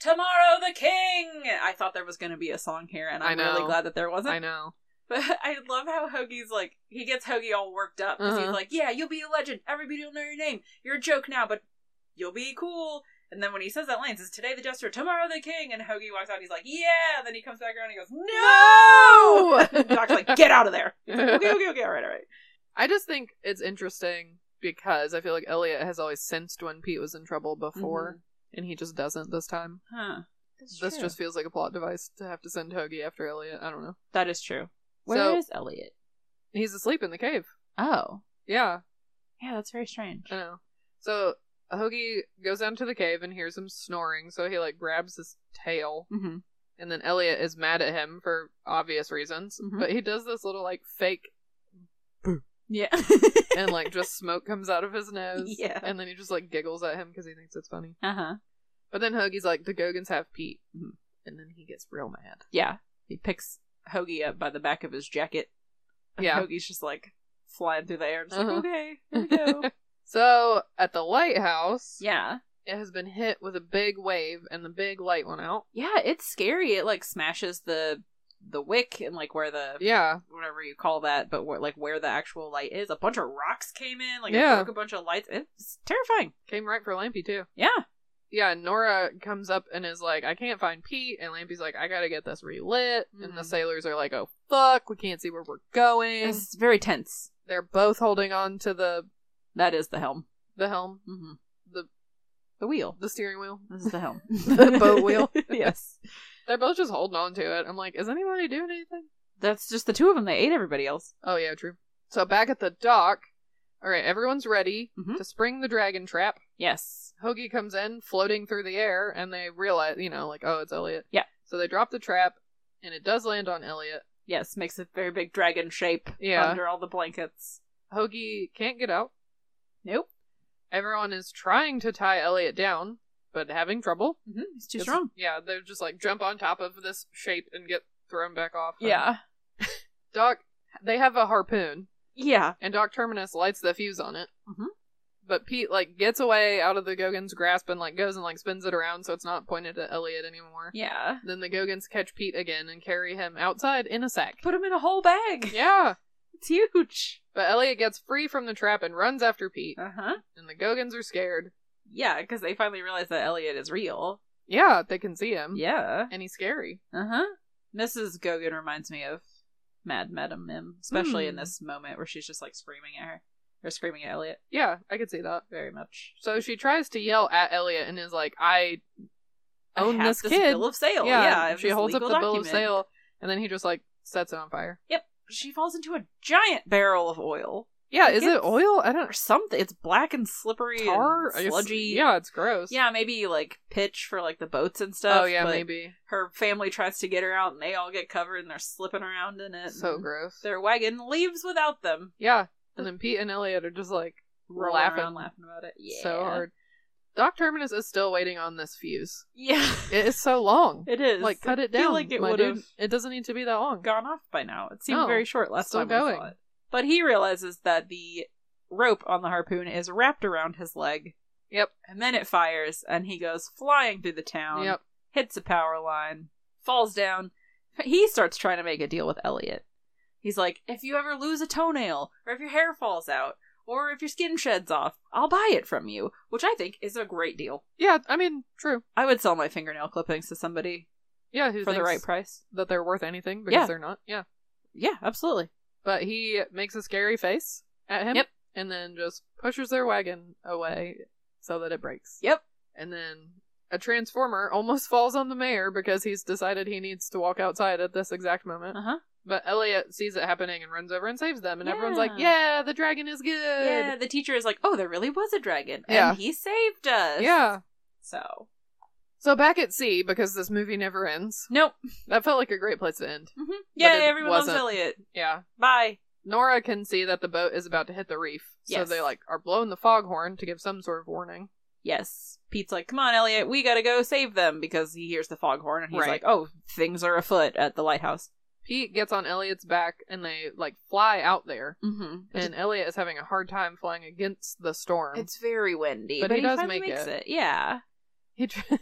tomorrow the king." I thought there was going to be a song here, and I I'm really know. glad that there wasn't. I know. But I love how Hoagie's like he gets Hoagie all worked up because Uh-huh. he's like, "Yeah, you'll be a legend. Everybody will know your name. You're a joke now, but you'll be cool." And then when he says that line, he says, "Today the jester, tomorrow the king," and Hoagie walks out. He's like, "Yeah." Then he comes back around. and He goes, "No." And Doc's like, "Get out of there." He's like, "Okay, okay, okay. All right, all right." I just think it's interesting because I feel like Elliot has always sensed when Pete was in trouble before, Mm-hmm. and he just doesn't this time. Huh. this just feels like a plot device to have to send Hoagie after Elliot. I don't know. that is true. So- Where is Elliot? He's asleep in the cave. Oh, Yeah, yeah, that's very strange. I know. So Hoagie goes down to the cave and hears him snoring, so he like grabs his tail, Mm-hmm. and then Elliot is mad at him for obvious reasons, Mhm. but he does this little like fake Yeah. and like just smoke comes out of his nose. Yeah. And then he just like giggles at him because he thinks it's funny. uh huh. But then Hoagie's like, the Gogans have Pete. Mhm. And then he gets real mad. Yeah. He picks Hoagie up by the back of his jacket. And Yeah. Hoagie's just like flying through the air. Just Uh-huh. like, okay, here we go. So at the lighthouse, yeah. it has been hit with a big wave and the big light went out. Yeah, it's scary. It like smashes the the wick and like where the Yeah. whatever you call that, but where, like where the actual light is. A bunch of rocks came in, like Yeah. it broke a bunch of lights. It's terrifying. Came right for Lampy too. Yeah, Yeah, and Nora comes up and is like, I can't find Pete and Lampy's like, I gotta get this relit and the Mhm. sailors are like, Oh fuck, we can't see where we're going. it's very tense. They're both holding on to the That is the helm. the helm, hmm The- the wheel. the steering wheel. This is the helm. The boat wheel. yes, They're both just holding on to it. I'm like, is anybody doing anything? that's just the two of them. They ate everybody else. Oh yeah, true. So back at the dock, all right, everyone's ready Mhm. to spring the dragon trap. Yes. Hoagie comes in floating through the air, and they realize, you know, like, oh, it's Elliot. Yeah. So they drop the trap, and it does land on Elliot. Yes, makes a very big dragon shape Yeah. under all the blankets. Hoagie can't get out. Nope. Everyone is trying to tie Elliot down, but having trouble. Mm-hmm. He's too It's- strong. Yeah, they're just like jump on top of this shape and get thrown back off. Yeah. Doc, they have a harpoon. Yeah. and Doc Terminus lights the fuse on it. Mhm. But Pete like gets away out of the Gogan's grasp and like goes and like spins it around so it's not pointed at Elliot anymore. Yeah. Then the Gogans catch Pete again and carry him outside in a sack. Put him in a whole bag. yeah, It's huge. but Elliot gets free from the trap and runs after Pete, Uh huh. and the Gogans are scared. Yeah, because they finally realize that Elliot is real. Yeah, they can see him. Yeah. and he's scary. Uh huh. Mrs. Gogan reminds me of Mad Madam Mim, especially in Hmm. this moment where she's just like screaming at her or screaming at Elliot Yeah, I could see that. very much. So she tries to yell at Elliot and is like, "I I own have this this kid." bill of sale. Yeah, yeah, I have she this holds up the legal bill of document. sale, and then he just like sets it on fire. Yep. She falls into a giant barrel of oil Yeah, Like, is it it's- oil? I don't or something. It's black and slippery, tar, I and guess- sludgy. yeah, it's gross. Yeah, maybe like pitch for like the boats and stuff. Oh yeah, but maybe. Her family tries to get her out, and they all get covered, and they're slipping around in it. So and gross. Their wagon leaves without them. Yeah, and then Pete and Elliot are just like Rolling laughing around, laughing about it. Yeah. so hard. Doc Terminus is still waiting on this fuse. Yeah. It is so long. It is. like cut it I down. feel like it my would dude. have It doesn't need to be that long. gone off by now. It seemed No, very short last still time we saw going. it. But he realizes that the rope on the harpoon is wrapped around his leg, Yep. and then it fires, and he goes flying through the town, Yep. hits a power line, falls down. He starts trying to make a deal with Elliot. He's like, if you ever lose a toenail, or if your hair falls out, or if your skin sheds off, I'll buy it from you, which I think is a great deal. Yeah, I mean, true. I would sell my fingernail clippings to somebody Yeah, who for the thinks right price. that they're worth anything because Yeah. they're not. Yeah. Yeah, absolutely. But he makes a scary face at him Yep. and then just pushes their wagon away so that it breaks. Yep. and then a transformer almost falls on the mayor because he's decided he needs to walk outside at this exact moment. Uh huh. But Elliot sees it happening and runs over and saves them, and everyone's like, Yeah. "Yeah, the dragon is good." Yeah, the teacher is like, oh, there really was a dragon. And Yeah. he saved us. Yeah. So, So back at sea because this movie never ends. nope. That felt like a great place to end. Mm-hmm. it Yay, everyone wasn't. loves Elliot. Yeah. Bye. Nora can see that the boat is about to hit the reef, so Yes. they like are blowing the foghorn to give some sort of warning. Yes. Pete's like, come on, Elliot, we gotta go save them because he hears the foghorn and he's Right. like, oh, things are afoot at the lighthouse. Pete gets on Elliot's back and they like fly out there, Mm-hmm. and Elliot is having a hard time flying against the storm. It's very windy, But Um, but, he does finally make makes it. it. Yeah. He tr-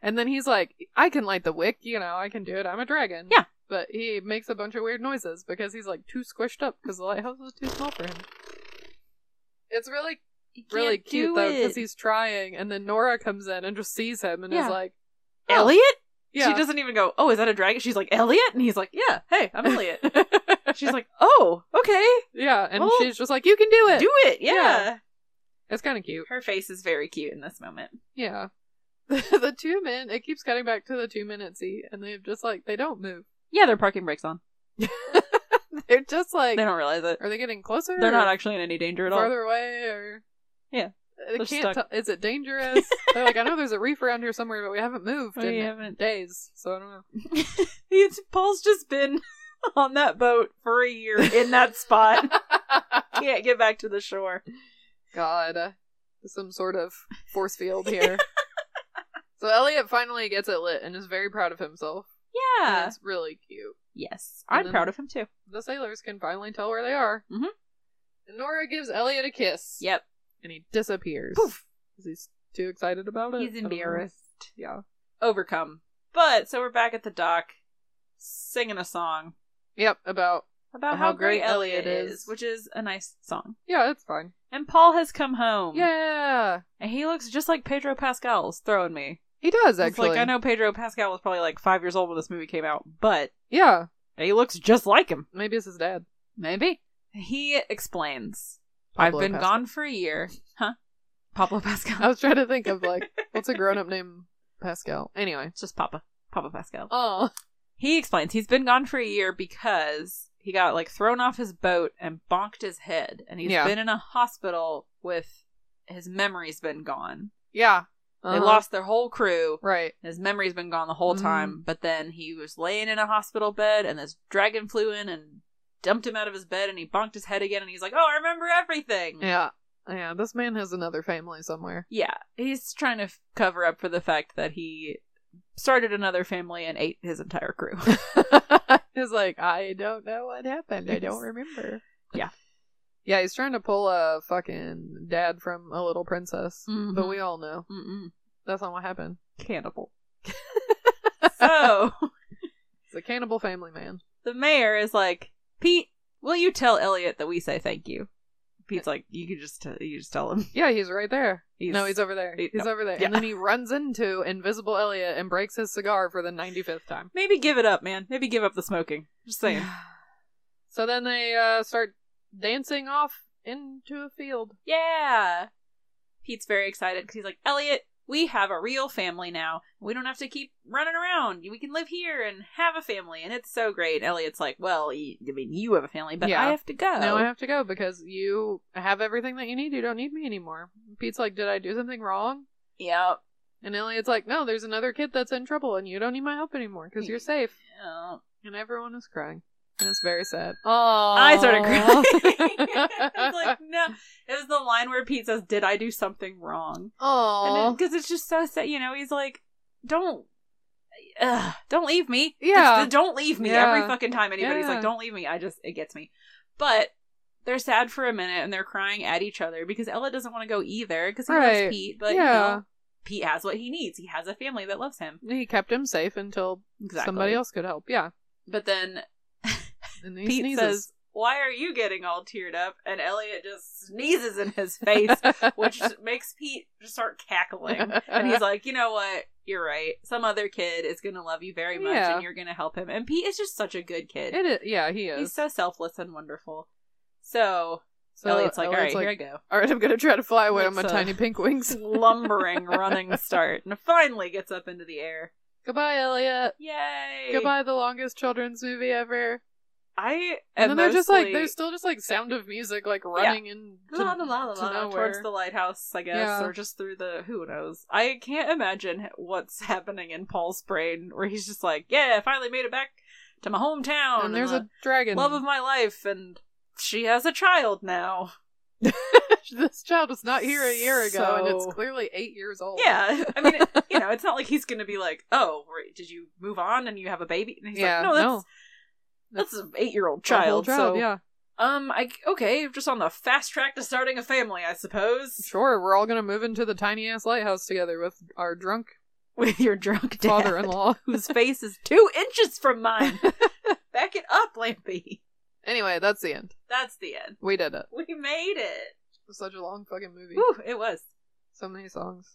and then he's like, I can light the wick, you know, I can do it. I'm a dragon. Yeah. But he makes a bunch of weird noises because he's like too squished up because the lighthouse is too small for him. It's really, He can't really cute do though because it. he's trying, and then Nora comes in and just sees him and Yeah. is like, "Oh, Elliot? yeah, She doesn't even go, oh, is that a dragon? She's like, Elliot? And he's like, yeah, hey, I'm Elliot. She's like, oh, okay. yeah," and well, she's just like, "You can do it." Do it. Yeah. yeah. It's kind of cute. Her face is very cute in this moment. Yeah. the two men. It keeps cutting back to the two men at sea, and they've just like they don't move. Yeah, their parking brake's on. They're just like, They don't realize it. are they getting closer? They're not or- actually in any danger at all. farther away or Yeah. They They're can't stuck. tell- is it dangerous? They're like, I know there's a reef around here somewhere, but we haven't moved We in haven't- days, so I don't know. He's, Paul's just been on that boat for a year in that spot. Can't get back to the shore. God, uh, some sort of force field here. so Elliot finally gets it lit and is very proud of himself. and Yeah. it's really cute. Yes. And I'm then- proud of him too. The sailors can finally tell where they are. Mhm. And Nora gives Elliot a kiss. Yep. and he disappears. Poof. 'Cause he's too excited about it. I He's don't know. embarrassed. Yeah. Overcome. But so we're back at the dock singing a song Yep. About. about how, great, Elliot is, which is a nice song. Yeah, it's fine. And Paul has come home. Yeah, And he looks just like Pedro Pascal's throwing me. he does It's actually. like I know Pedro Pascal was probably like five years old when this movie came out, but Yeah. he looks just like him. Maybe it's his dad. Maybe. He explains. Pablo I've been Pascal. gone for a year. Huh? Pablo Pascal. I was trying to think of like what's a grown up name Pascal. Anyway. It's just Papa. Papa Pascal. Oh. He explains he's been gone for a year because he got like thrown off his boat and bonked his head. And he's Yeah. been in a hospital with his memory's been gone. Yeah. They Uh-huh. lost their whole crew. Right. His memory's been gone the whole Mhm. time, but then he was laying in a hospital bed and this dragon flew in and dumped him out of his bed and he bonked his head again and he's like, Oh, I remember everything. Yeah. Yeah. This man has another family somewhere. Yeah, he's trying to f- cover up for the fact that he started another family and ate his entire crew. He's like, I don't know what happened. I don't Yes. remember. Yeah. Yeah, he's trying to pull a fucking dad from a little princess. But Mhm. we all know. Mm-mm. That's not what happened. Cannibal. so It's a cannibal family man. the mayor is like, Pete, will you tell Elliot that we say thank you? Pete's like, you could just tell you just tell him. Yeah, he's right there. He's- no, he's over there. he- he's no. over there. Yeah. And then he runs into Invisible Elliot and breaks his cigar for the 95th time. Maybe give it up, man. Maybe give up the smoking. Just saying. So then they uh, start dancing off into a field. yeah. Pete's very excited because he's like, Elliot, we have a real family now. We don't have to keep running around. We can live here and have a family, and it's so great. Elliot's like, well, y- I mean, you have a family, but Yeah. I have to go. Now I have to go because you have everything that you need. You don't need me anymore. Pete's like, Did I do something wrong? yeah. And Elliot's like, No, there's another kid that's in trouble and you don't need my help anymore because you're safe. Yeah. And everyone is crying. And it's very sad. Oh. I started crying. I was like, no. It was the line where Pete says, did I do something wrong? Oh. Because it's just so sad. You know, he's like, don't. Ugh, don't leave me. Yeah. It's the don't leave me Yeah. every fucking time anybody's Yeah. like, don't leave me. I just, it gets me. But they're sad for a minute and they're crying at each other because Ella doesn't want to go either because he Right. loves Pete. Yeah. But, you know, Pete has what he needs. He has a family that loves him. He kept him safe until Exactly. somebody else could help. Yeah. But then And he Pete sneezes. says, "Why are you getting all teared up?" And Elliot just sneezes in his face, which makes Pete just start cackling. And he's like, "You know what? You're right. Some other kid is going to love you very much, Yeah. and you're going to help him." And Pete is just such a good kid. it is, yeah, he is. He's so selfless and wonderful. So, So Elliot's like, Elliot's "All right, like, here I go." all right, I'm gonna try to fly away on my Let's, uh, tiny pink wings. Lumbering, running start, and finally gets up into the air. Goodbye, Elliot. Yay! Goodbye, the longest children's movie ever. I And, am then they're just like mostly- they're still just like sound of music, like running in to, la la la la to la nowhere. towards the lighthouse, I guess, Yeah. or just through the who knows. I can't imagine what's happening in Paul's brain where he's just like, "Yeah, I finally made it back to my hometown, and there's a dragon. Oh, the love of my life, and she has a child now." this child was not here a year ago, and it's So- clearly eight years Oh. old. Yeah, I mean, it- you know, it's not like he's gonna be like, "Oh, wait, did you move on and you have a baby?" And he's Yeah, like, "No, that's no. that's an eight-year-old A whole child." so, yeah, um, I okay, just on the fast track to starting a family, I suppose, sure. We're all gonna move into the tiny ass lighthouse together with our drunk with your drunk dad. father-in-law. whose face is two inches from mine. Back it up, Lampy. anyway, that's the end. That's the end. We did it. We made it. It was such a long fucking movie. Whew, it was. So many songs.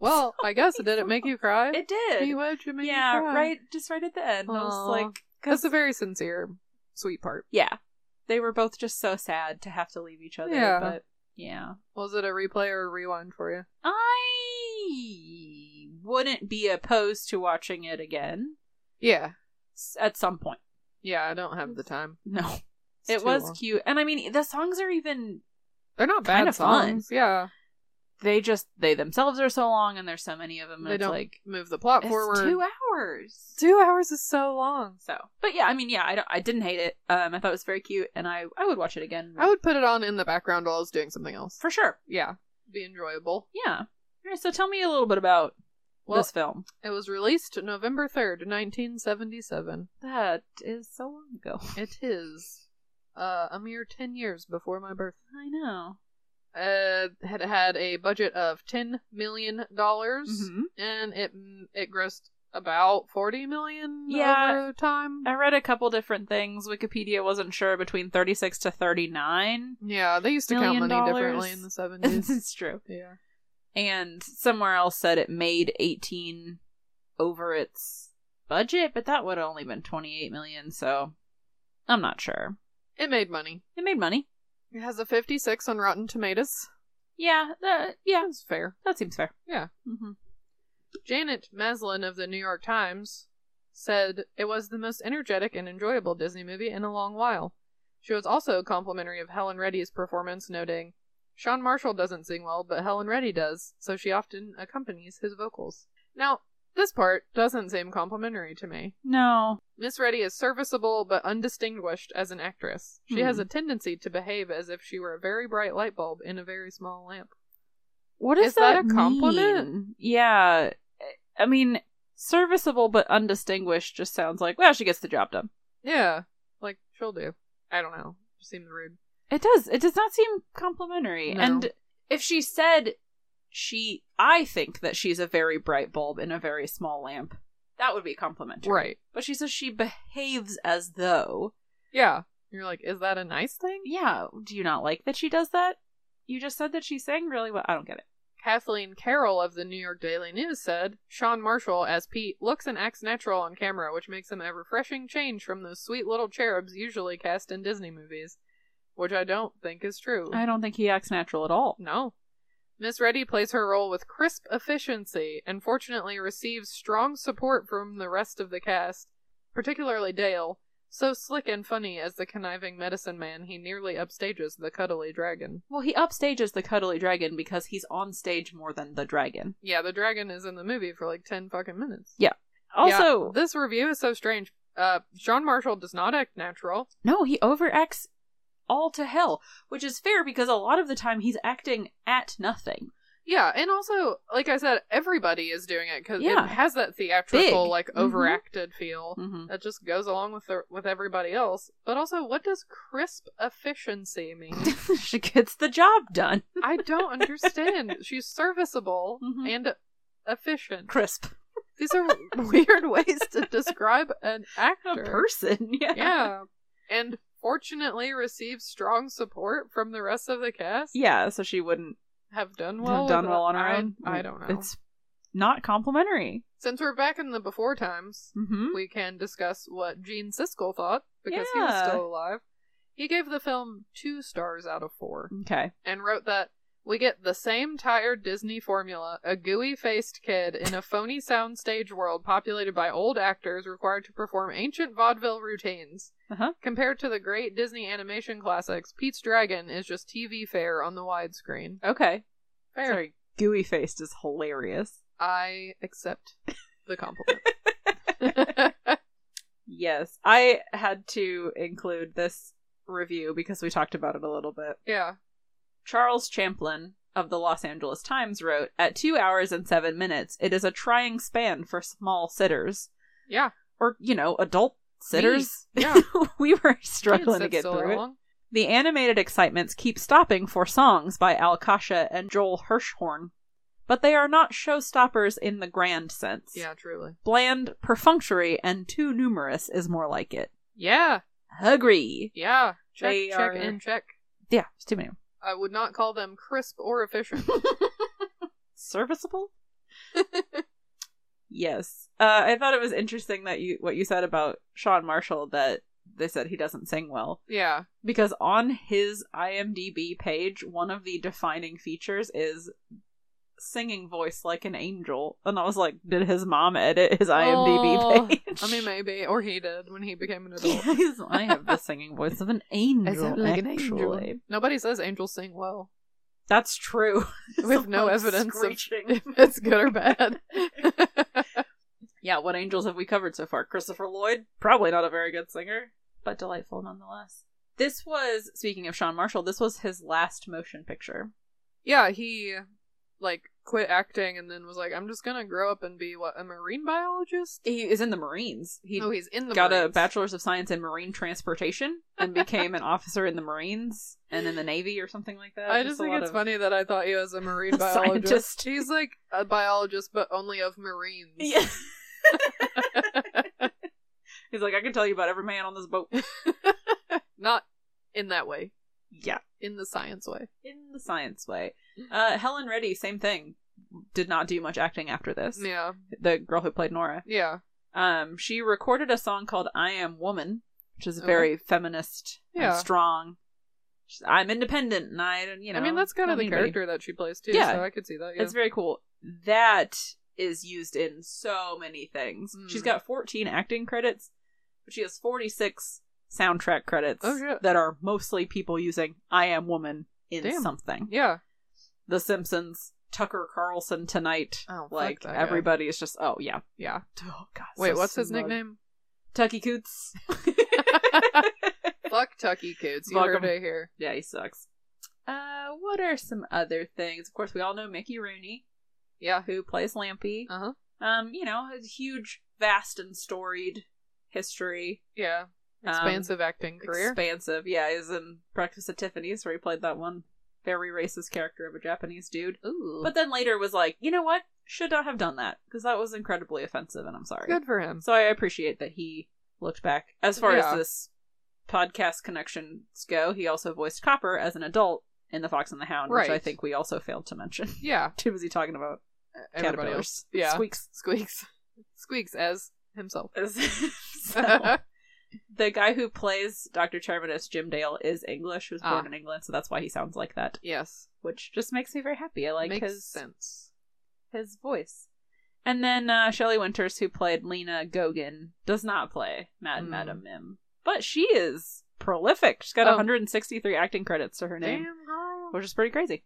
Well, I guess it didn't make you cry. It did. Me, why'd you make yeah, me cry? right. Just right at the end. I Aw. was like, That's a very sincere, sweet part. yeah, they were both just so sad to have to leave each other. Yeah. But yeah, Was it a replay or a rewind for you? I wouldn't be opposed to watching it again Yeah. s- at some point. Yeah, I don't have the time. No, It's it too was long. cute, and I mean the songs are even They're not bad Kinda fun. songs. Yeah. they just they themselves are so long, and there's so many of them. And They it's don't like move the plot It's forward. two hours. Two hours is so long. So, but yeah, I mean, yeah, I don't, I didn't hate it. Um, I thought it was very cute, and I, I would watch it again. I would put it on in the background while I was doing something else. for sure. Yeah. Be enjoyable. Yeah. All right, so tell me a little bit about Well- this film. It was released November 3rd, 1977. That is so long ago. It is uh, a mere 10 years before my birth. I know. uh, had had a budget of ten million dollars, Mhm. and it it grossed about forty million Yeah. Er, over time. I read a couple different things. Wikipedia wasn't sure between 36 to 39. Yeah, they used to count Million money differently dollars. in the seventies. it's true. yeah, And somewhere else said it made 18 over its budget, but that would have only been 28 million, so I'm not sure. it made money. It made money. It has a fifty-six on Rotten Tomatoes. Yeah, that, yeah, That's fair. that seems fair. Yeah. Mm-hmm. Janet Maslin of the New York Times said it was the most energetic and enjoyable Disney movie in a long while. She was also complimentary of Helen Reddy's performance, noting, Sean Marshall doesn't sing well, but Helen Reddy does, so she often accompanies his vocals. Now, this part doesn't seem complimentary to me. No. Miss Reddy is serviceable but undistinguished as an actress. She has Hmm. a tendency to behave as if she were a very bright light bulb in a very small lamp. What does Is that a mean? compliment? Yeah. I mean, serviceable but undistinguished just sounds like, well, she gets the job done. Yeah, like she'll do. I don't know. Seems rude. It does. It does not seem complimentary. No. And if she said she I think that she's a very bright bulb in a very small lamp, that would be complimentary. Right. But she says she behaves as though. Yeah. You're like, is that a nice thing? Yeah, do you not like that she does that? You just said that she sang really well. I don't get it. Kathleen Carroll of the New York Daily News said Sean Marshall, as Pete, looks and acts natural on camera, which makes him a refreshing change from those sweet little cherubs usually cast in Disney movies, which I don't think is true. I don't think he acts natural at all. No. Miss Reddy plays her role with crisp efficiency and fortunately receives strong support from the rest of the cast, particularly Dale, so slick and funny as the conniving medicine man he nearly upstages the cuddly dragon. Well, he upstages the cuddly dragon because he's on stage more than the dragon. Yeah, the dragon is in the movie for like 10 fucking minutes. Yeah. Also, Yeah, this review is so strange. Uh, Sean Marshall does not act natural. No, he overacts all to hell, which is fair because a lot of the time he's acting at nothing. Yeah, and also, like I said, everybody is doing it because Yeah. it has that theatrical, Big. like Mhm. overacted feel Mhm. that just goes along with the, with everybody else. But also, what does crisp efficiency mean? she gets the job done. I don't understand. She's serviceable Mhm. and efficient. Crisp. These are weird ways to describe an A actor. person. Yeah. yeah. And fortunately receives strong support from the rest of the cast. Yeah, so she wouldn't Have done well. have done with- well on her I- own. I don't know. It's not complimentary. Since we're back in the before times, Mm-hmm. we can discuss what Gene Siskel thought because he was Yeah. still alive. He gave the film two stars out of four Okay. and wrote that we get the same tired Disney formula a gooey faced kid in a phony soundstage world populated by old actors required to perform ancient vaudeville routines. Uh-huh. Compared to the great Disney animation classics, Pete's Dragon is just TV fare on the widescreen. Okay. Fair. Sorry, gooey faced is hilarious. I accept the compliment. Yes. I had to include this review because we talked about it a little bit. yeah. Charles Champlin of the Los Angeles Times wrote, At two hours and seven minutes, it is a trying span for small sitters. Yeah. Or, you know, adult sitters. Yeah. we were Can't struggling to sit get still that through it. long. The animated excitements keep stopping for songs by Al Kasha and Joel Hirschhorn, but they are not showstoppers in the grand sense. Yeah, truly. Bland, perfunctory, and too numerous is more like it. Yeah, Agree. yeah. Check, They check, are- and check. Yeah, it's too many. I would not call them crisp or efficient. serviceable. yes, uh, I thought it was interesting that you what you said about Sean Marshall that they said he doesn't sing well yeah. because on his IMDb page, one of the defining features is singing voice like an angel, and I was like, did his mom edit his IMDb Oh, page? I mean, maybe, or he did when he became an adult. Yes, I have the singing voice of an angel. actually. Nobody says angels sing well. That's true. We have no Someone evidence of screeching. if it's good or bad. Yeah, what angels have we covered so far? Christopher Lloyd, probably not a very good singer, but delightful nonetheless. This was, speaking of Sean Marshall, this was his last motion picture. yeah, he like quit acting and then was like, I'm just gonna grow up and be what a marine biologist. He is in the Marines. He oh, he's in the got a Marines. bachelor's of science in marine transportation and became an officer in the Marines and in the Navy or something like that. I just a think lot it's of- funny that I thought he was a marine A biologist. scientist. He's like a biologist, but only of marines. Yeah. He's like, I can tell you about every man on this boat. Not in that way, yeah, in the science way. in the science way. Uh, Helen Reddy, same thing. Did not do much acting after this. Yeah, The girl who played Nora. yeah, Um, she recorded a song called "I Am Woman," which is Okay. very feminist, and Yeah. strong. She's, I'm independent, and I, you know, I mean, that's kind of don't the need anybody." character that she plays too. Yeah. so I could see that. Yeah, It's very cool. That is used in so many things. Mm. She's got 14 acting credits, but she has 46 soundtrack credits Oh, shit. that are mostly people using "I Am Woman" in Damn. something. yeah. The Simpsons, Tucker Carlson tonight. Oh, fuck like that guy. everybody is just oh yeah. Yeah. Oh, God, Wait, so what's his similar. nickname? Tucky Coots. Fuck Tucky Coots. You Fuck heard him. it here. yeah, he sucks. Uh, what are some other things? Of course, we all know Mickey Rooney, Yeah. who plays Lampy. Uh huh. Um, you know, a huge, vast, and storied history. Yeah. Um, Expansive acting career. Expansive, yeah. He's in Breakfast at Tiffany's, where he played that one very racist character of a Japanese dude. Ooh. But then later was like, you know what? Should not have done that because that was incredibly offensive, and I'm sorry. good for him. So I appreciate that he looked back. As far Yeah. as this podcast connections go, he also voiced Copper as an adult in The Fox and the Hound, which I Right. think we also failed to mention. Yeah. Too busy talking about Everybody caterpillars. else. Yeah. Squeaks. Squeaks. Squeaks as himself. So, the guy who plays Dr. Terminus, Jim Dale, is English, was born Ah. in England, so that's why he sounds like that, yes. which just makes me very happy. I like Makes his sense. his voice. And then uh, Shelley Winters, who played Lena Gogan, does not play Mad Mm. Madam Mim, but she is prolific. She's got Oh. 163 acting credits to her name, girl. which is pretty crazy.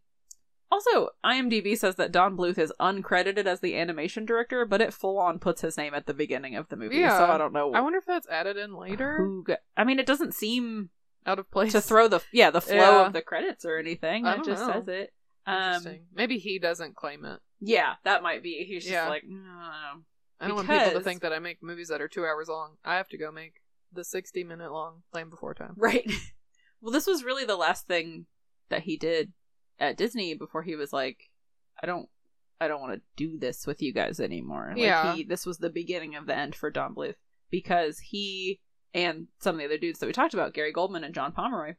Also, IMDb says that Don Bluth is uncredited as the animation director, but it full on puts his name at the beginning of the movie. So Yeah. I don't know I wonder if that's added in later. who. Go- I mean, it doesn't seem Out of place. to throw the yeah the flow Yeah. of the credits or anything. I It don't just know. says it. Interesting. Um, Maybe he doesn't claim it. yeah, that might be. He's just Yeah. like, "Mm, I don't know." I don't want people to because- think that I make movies that are two hours long. I have to go make the 60 minute long Land Before Time. Right. Well, this was really the last thing that he did at Disney before he was like, I don't I don't want to do this with you guys anymore. Like Yeah. he this was the beginning of the end for Don Bluth because he and some of the other dudes that we talked about, Gary Goldman and John Pomeroy,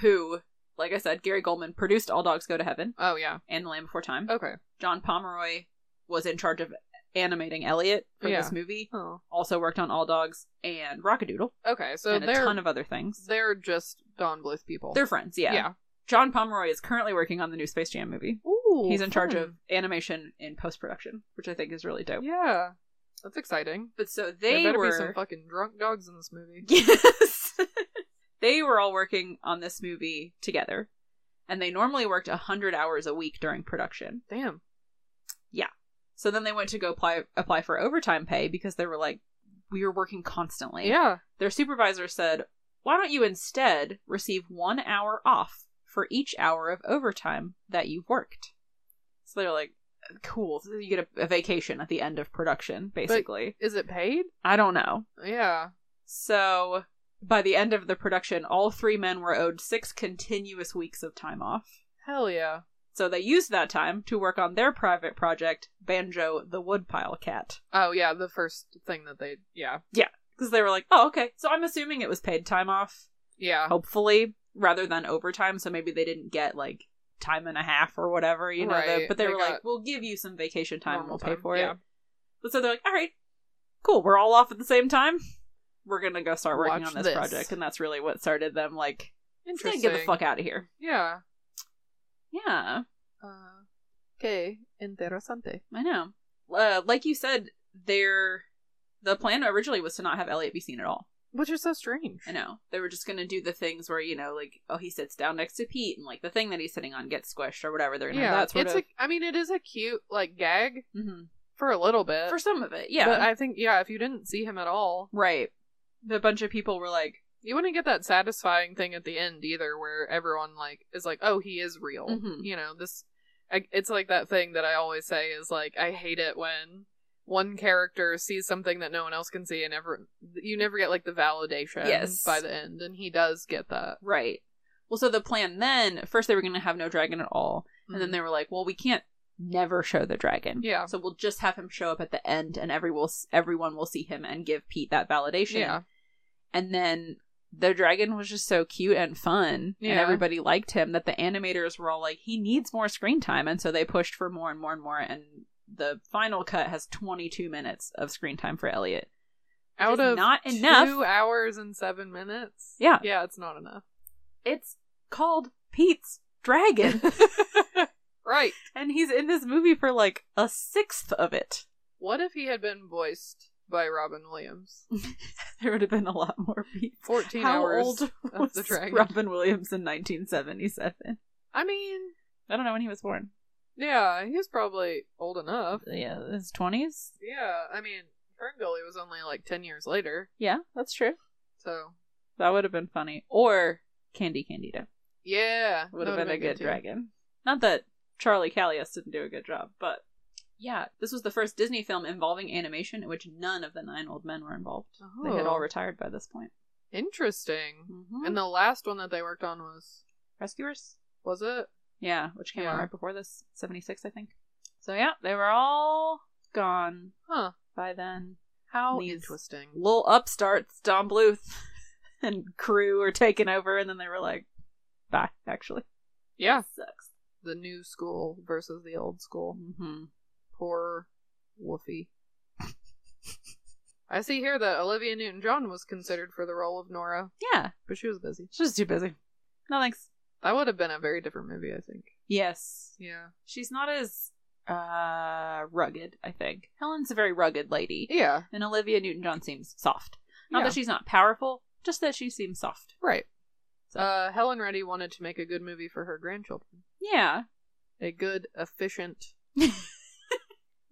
who, like I said, Gary Goldman produced All Dogs Go to Heaven Oh, yeah. and The Land Before Time. Okay. John Pomeroy was in charge of animating Elliot for Yeah. this movie. Oh. Also worked on All Dogs and Rockadoodle Okay, so and a they're, ton of other things. they're just Don Bluth people. They're friends, Yeah. John Pomeroy is currently working on the new Space Jam movie. Ooh. He's in charge fun. of animation in post production, which I think is really dope. Yeah. That's exciting. But there so they better were be some fucking drunk dogs in this movie. yes, they were all working on this movie together, and they normally worked hundred hours a week during production. Damn. So then they went to go apply apply for overtime pay because they were like, we were working constantly. Yeah. Their supervisor said, Why don't you instead receive one hour off for each hour of overtime that you've worked? So they're like, Cool. So you get a, a vacation at the end of production, basically. Is it paid? I don't know. Yeah. So by the end of the production, all three men were owed six continuous weeks of time off. Hell yeah. So they used that time to work on their private project, Banjo the Woodpile Cat. Oh yeah, the first thing that they yeah. Because they were like, oh, okay. So I'm assuming it was paid time off. Yeah. hopefully rather than overtime so maybe they didn't get like time and a half or whatever you know the- Right, but they, they were got like we'll give you some vacation time and normal we'll pay time, for yeah. it but so they're like all right cool we're all off at the same time we're gonna go start working Watch on this, this. project and that's really what started them like just gonna Interesting. get the fuck out of here Yeah. yeah Uh, okay. Interesante. i know uh, like you said their the plan originally was to not have elliot be seen at all Which is so strange. I know. They were just gonna do the things where, you know, like, oh he sits down next to Pete and like the thing that he's sitting on gets squished or whatever. They're gonna Yeah. have that sort it's of a. I mean, it is a cute like gag Mhm. for a little bit. for some of it, yeah. But I think yeah, if you didn't see him at all, right. A bunch of people were like you wouldn't get that satisfying thing at the end either, where everyone like is like, oh, he is real. Mhm. You know this. I, it's like that thing that I always say is like I hate it when one character sees something that no one else can see and ever you never get like the validation Yes. by the end and he does get that. Right. Well, so the plan then, at first they were going to have no dragon at all. And then Mhm. they were like, well, we can't never show the dragon. Yeah. So we'll just have him show up at the end and every will, everyone will see him and give Pete that validation. Yeah. And then the dragon was just so cute and fun. And Yeah. everybody liked him that the animators were all like, he needs more screen time. And so they pushed for more and more and more. And the final cut has 22 minutes of screen time for Elliot. Out is of not two enough. hours and seven minutes. Yeah. Yeah, it's not enough. It's called Pete's Dragon. Right. and he's in this movie for like a sixth of it. What if he had been voiced by Robin Williams? There would have been a lot more beats. 14 How hours old of was the dragon. Robin Williams in 1977? I mean, I don't know when he was born. yeah, he was probably old enough. Yeah, his 20s. Yeah, I mean, Ferngully was only like 10 years later, Yeah, that's true. so That would have been funny. Or Candy Candida yeah. would that have been a good too. dragon. Not that Charlie Callias didn't do a good job, but yeah, this was the first Disney film involving animation in which none of the nine old men were involved. They had Oh. all retired by this point. Interesting. Mhm. And the last one that they worked on was Rescuers. was it? Yeah, which came out Yeah. right before this, 76, I think. So yeah, they were all gone Huh. by then. How These interesting. Little upstarts, Don Bluth and crew were taking over, and then they were like, bye, actually. Yeah, Sucks. the new school versus the old school. Mm-hmm. Poor Woofy. I see here that Olivia Newton-John was considered for the role of Nora, Yeah, but she was busy. she's just too busy. No thanks. That would have been a very different movie, I think. Yes. Yeah. She's not as uh rugged, I think. Helen's a very rugged lady, Yeah. and Olivia Newton John seems soft. Not Yeah. that she's not powerful, just that she seems soft. Right. So- Uh, Helen Reddy wanted to make a good movie for her grandchildren. Yeah. A good, efficient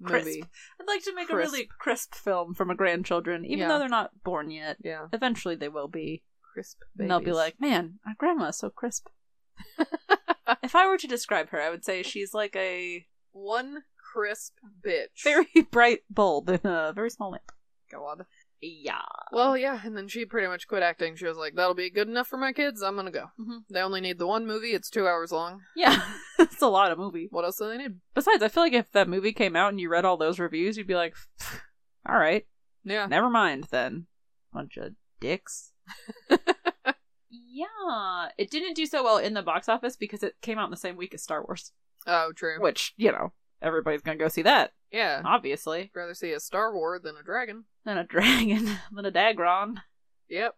Crisp. movie. I'd like to make Crisp. a really crisp film from a grandchildren, even Yeah. though they're not born yet. Yeah. Eventually they will be. Crisp And they'll be babies. like, man, our grandma is so crisp. if I were to describe her, I would say she's like a one crisp bitch. very bright bulb in a very small lamp. God. Yeah. Well, yeah, and then she pretty much quit acting. She was like, "That'll be good enough for my kids. I'm gonna go." Mhm. They only need the one movie. It's two hours long. Yeah. It's a lot of movie. What else do they need? Besides, I feel like if that movie came out and you read all those reviews, you'd be like, all right, Yeah, never mind then. Bunch of dicks. yeah. It didn't do so well in the box office because it came out in the same week as Star Wars. oh, true. Which, you know, everybody's gonna go see that, Yeah, obviously. rather see a Star War than a dragon. Than a dragon, than a Dagron. Yep.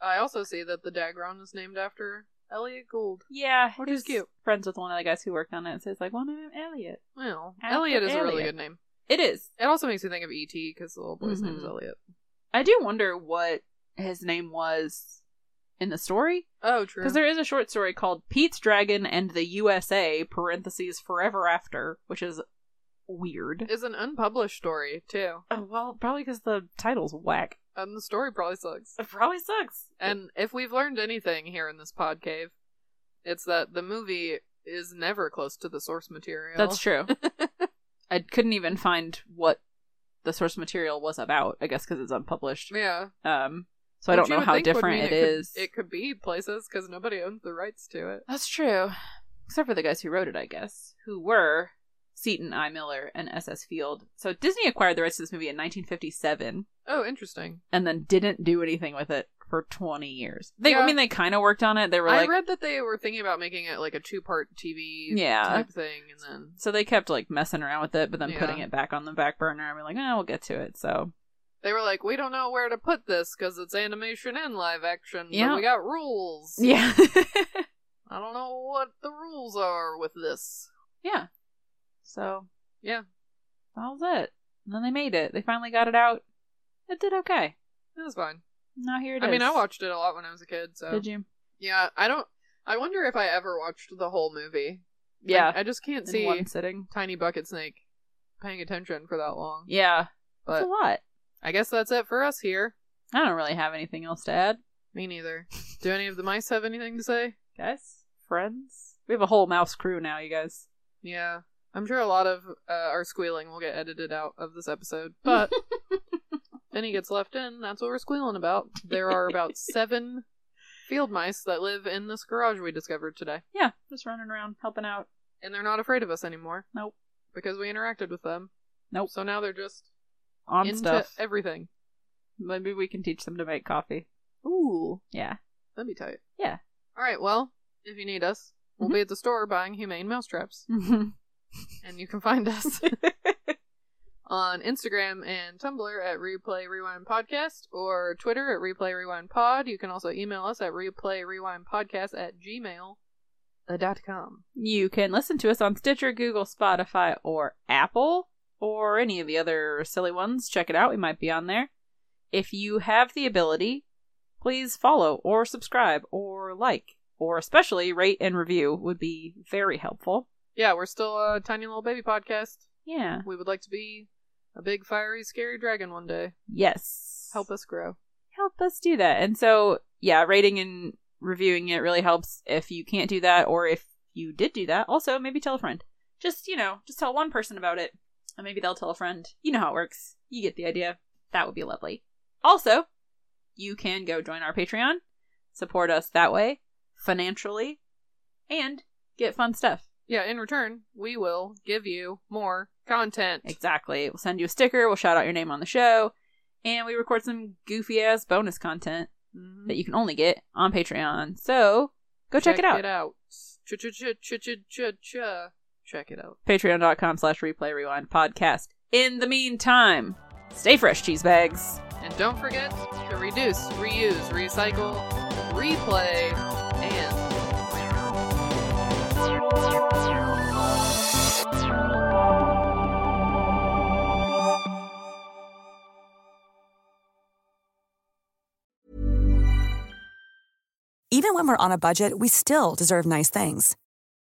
I also see that the Dagron is named after Elliot Gould. Yeah. Which is he's cute. Friends with one of the guys who worked on it, so he's like, Well name him Elliot. Well, After Elliot is a really Elliot. good name. It is. It also makes me think of ET because the little boy's name is Mhm. Elliot. I do wonder what his name was in the story. Oh, true. Because there is a short story called Pete's Dragon and the USA, parentheses forever after, which is weird. is an unpublished story too, Oh, well, probably because the title's whack. and the story probably sucks. It probably sucks. And if we've learned anything here in this pod cave, it's that the movie is never close to the source material. That's true. I couldn't even find what the source material was about, I guess because it's unpublished. Yeah. Um, so I Which don't you know would how think would different mean it is. Uh, Could, it could be places because nobody owns the rights to it. That's true. Except for the guys who wrote it, I guess, who were Seton I. Miller and S.S. Field. So Disney acquired the rights to this movie in 1957 Oh, interesting. and then didn't do anything with it for 20 years. They, I Yeah. mean, they kind of worked on it. They were I like, read that they were thinking about making it like a two-part TV Yeah. type thing, and then so they kept like messing around with it, but then Yeah. putting it back on the back burner. and we're like, oh, we'll get to it. So they were like, "We don't know where to put this because it's animation and live action, Yeah. but we got rules. yeah, I don't know what the rules are with this. yeah. So Yeah, that was it. And then they made it. They finally got it out. It did okay. it was fine. Now here it is. I mean, I watched it a lot when I was a kid, so Did you? Yeah, I don't. I wonder if I ever watched the whole movie. Yeah. I, I just can't in see one sitting. Tiny Bucket Snake paying attention for that long. Yeah, it's But a lot. I guess that's it for us here. I don't really have anything else to add. Me neither. Do any of the mice have anything to say? Guys? Friends? We have a whole mouse crew now, you guys. Yeah. I'm sure a lot of uh, our squealing will get edited out of this episode, but if any gets left in, that's what we're squealing about. There are about seven field mice that live in this garage we discovered today, Yeah, just running around, helping out. and they're not afraid of us anymore Nope. because we interacted with them. Nope. So now they're just On into stuff. everything. Maybe we can teach them to make coffee. Ooh, Yeah. that'd be tight. Yeah. All right, well, if you need us, we'll Mm-hmm. be at the store buying humane mousetraps, and you can find us. on Instagram and Tumblr at Replay Rewind Podcast or Twitter at Replay Rewind Pod. You can also email us at Replay Rewind Podcast at gmail uh, dot com. you can listen to us on Stitcher, Google, Spotify, or Apple, or any of the other silly ones. Check it out. We might be on there. If you have the ability, please follow or subscribe or like, or especially rate and review would be very helpful. Yeah, we're still a tiny little baby podcast. Yeah. We would like to be a big, fiery, scary dragon one day. Yes. Help us grow. help us do that. And so, yeah, rating and reviewing it really helps if you can't do that or if you did do that. Also, maybe tell a friend. Just, you know, just tell one person about it and maybe they'll tell a friend. You know how it works. You get the idea. That would be lovely. Also, you can go join our Patreon, support us that way financially, and get fun stuff. Yeah, in return, we will give you more content. Exactly. We'll send you a sticker, we'll shout out your name on the show, and we record some goofy ass bonus content. Mhm. that you can only get on Patreon. So go check, it out. It out. Ch- ch- ch- ch- ch- ch- ch- Check it out. Patreon.com slash replay rewind podcast. In the meantime, stay fresh, cheese bags. And don't forget to reduce, reuse, recycle, replay, and Even when we're on a budget, we still deserve nice things.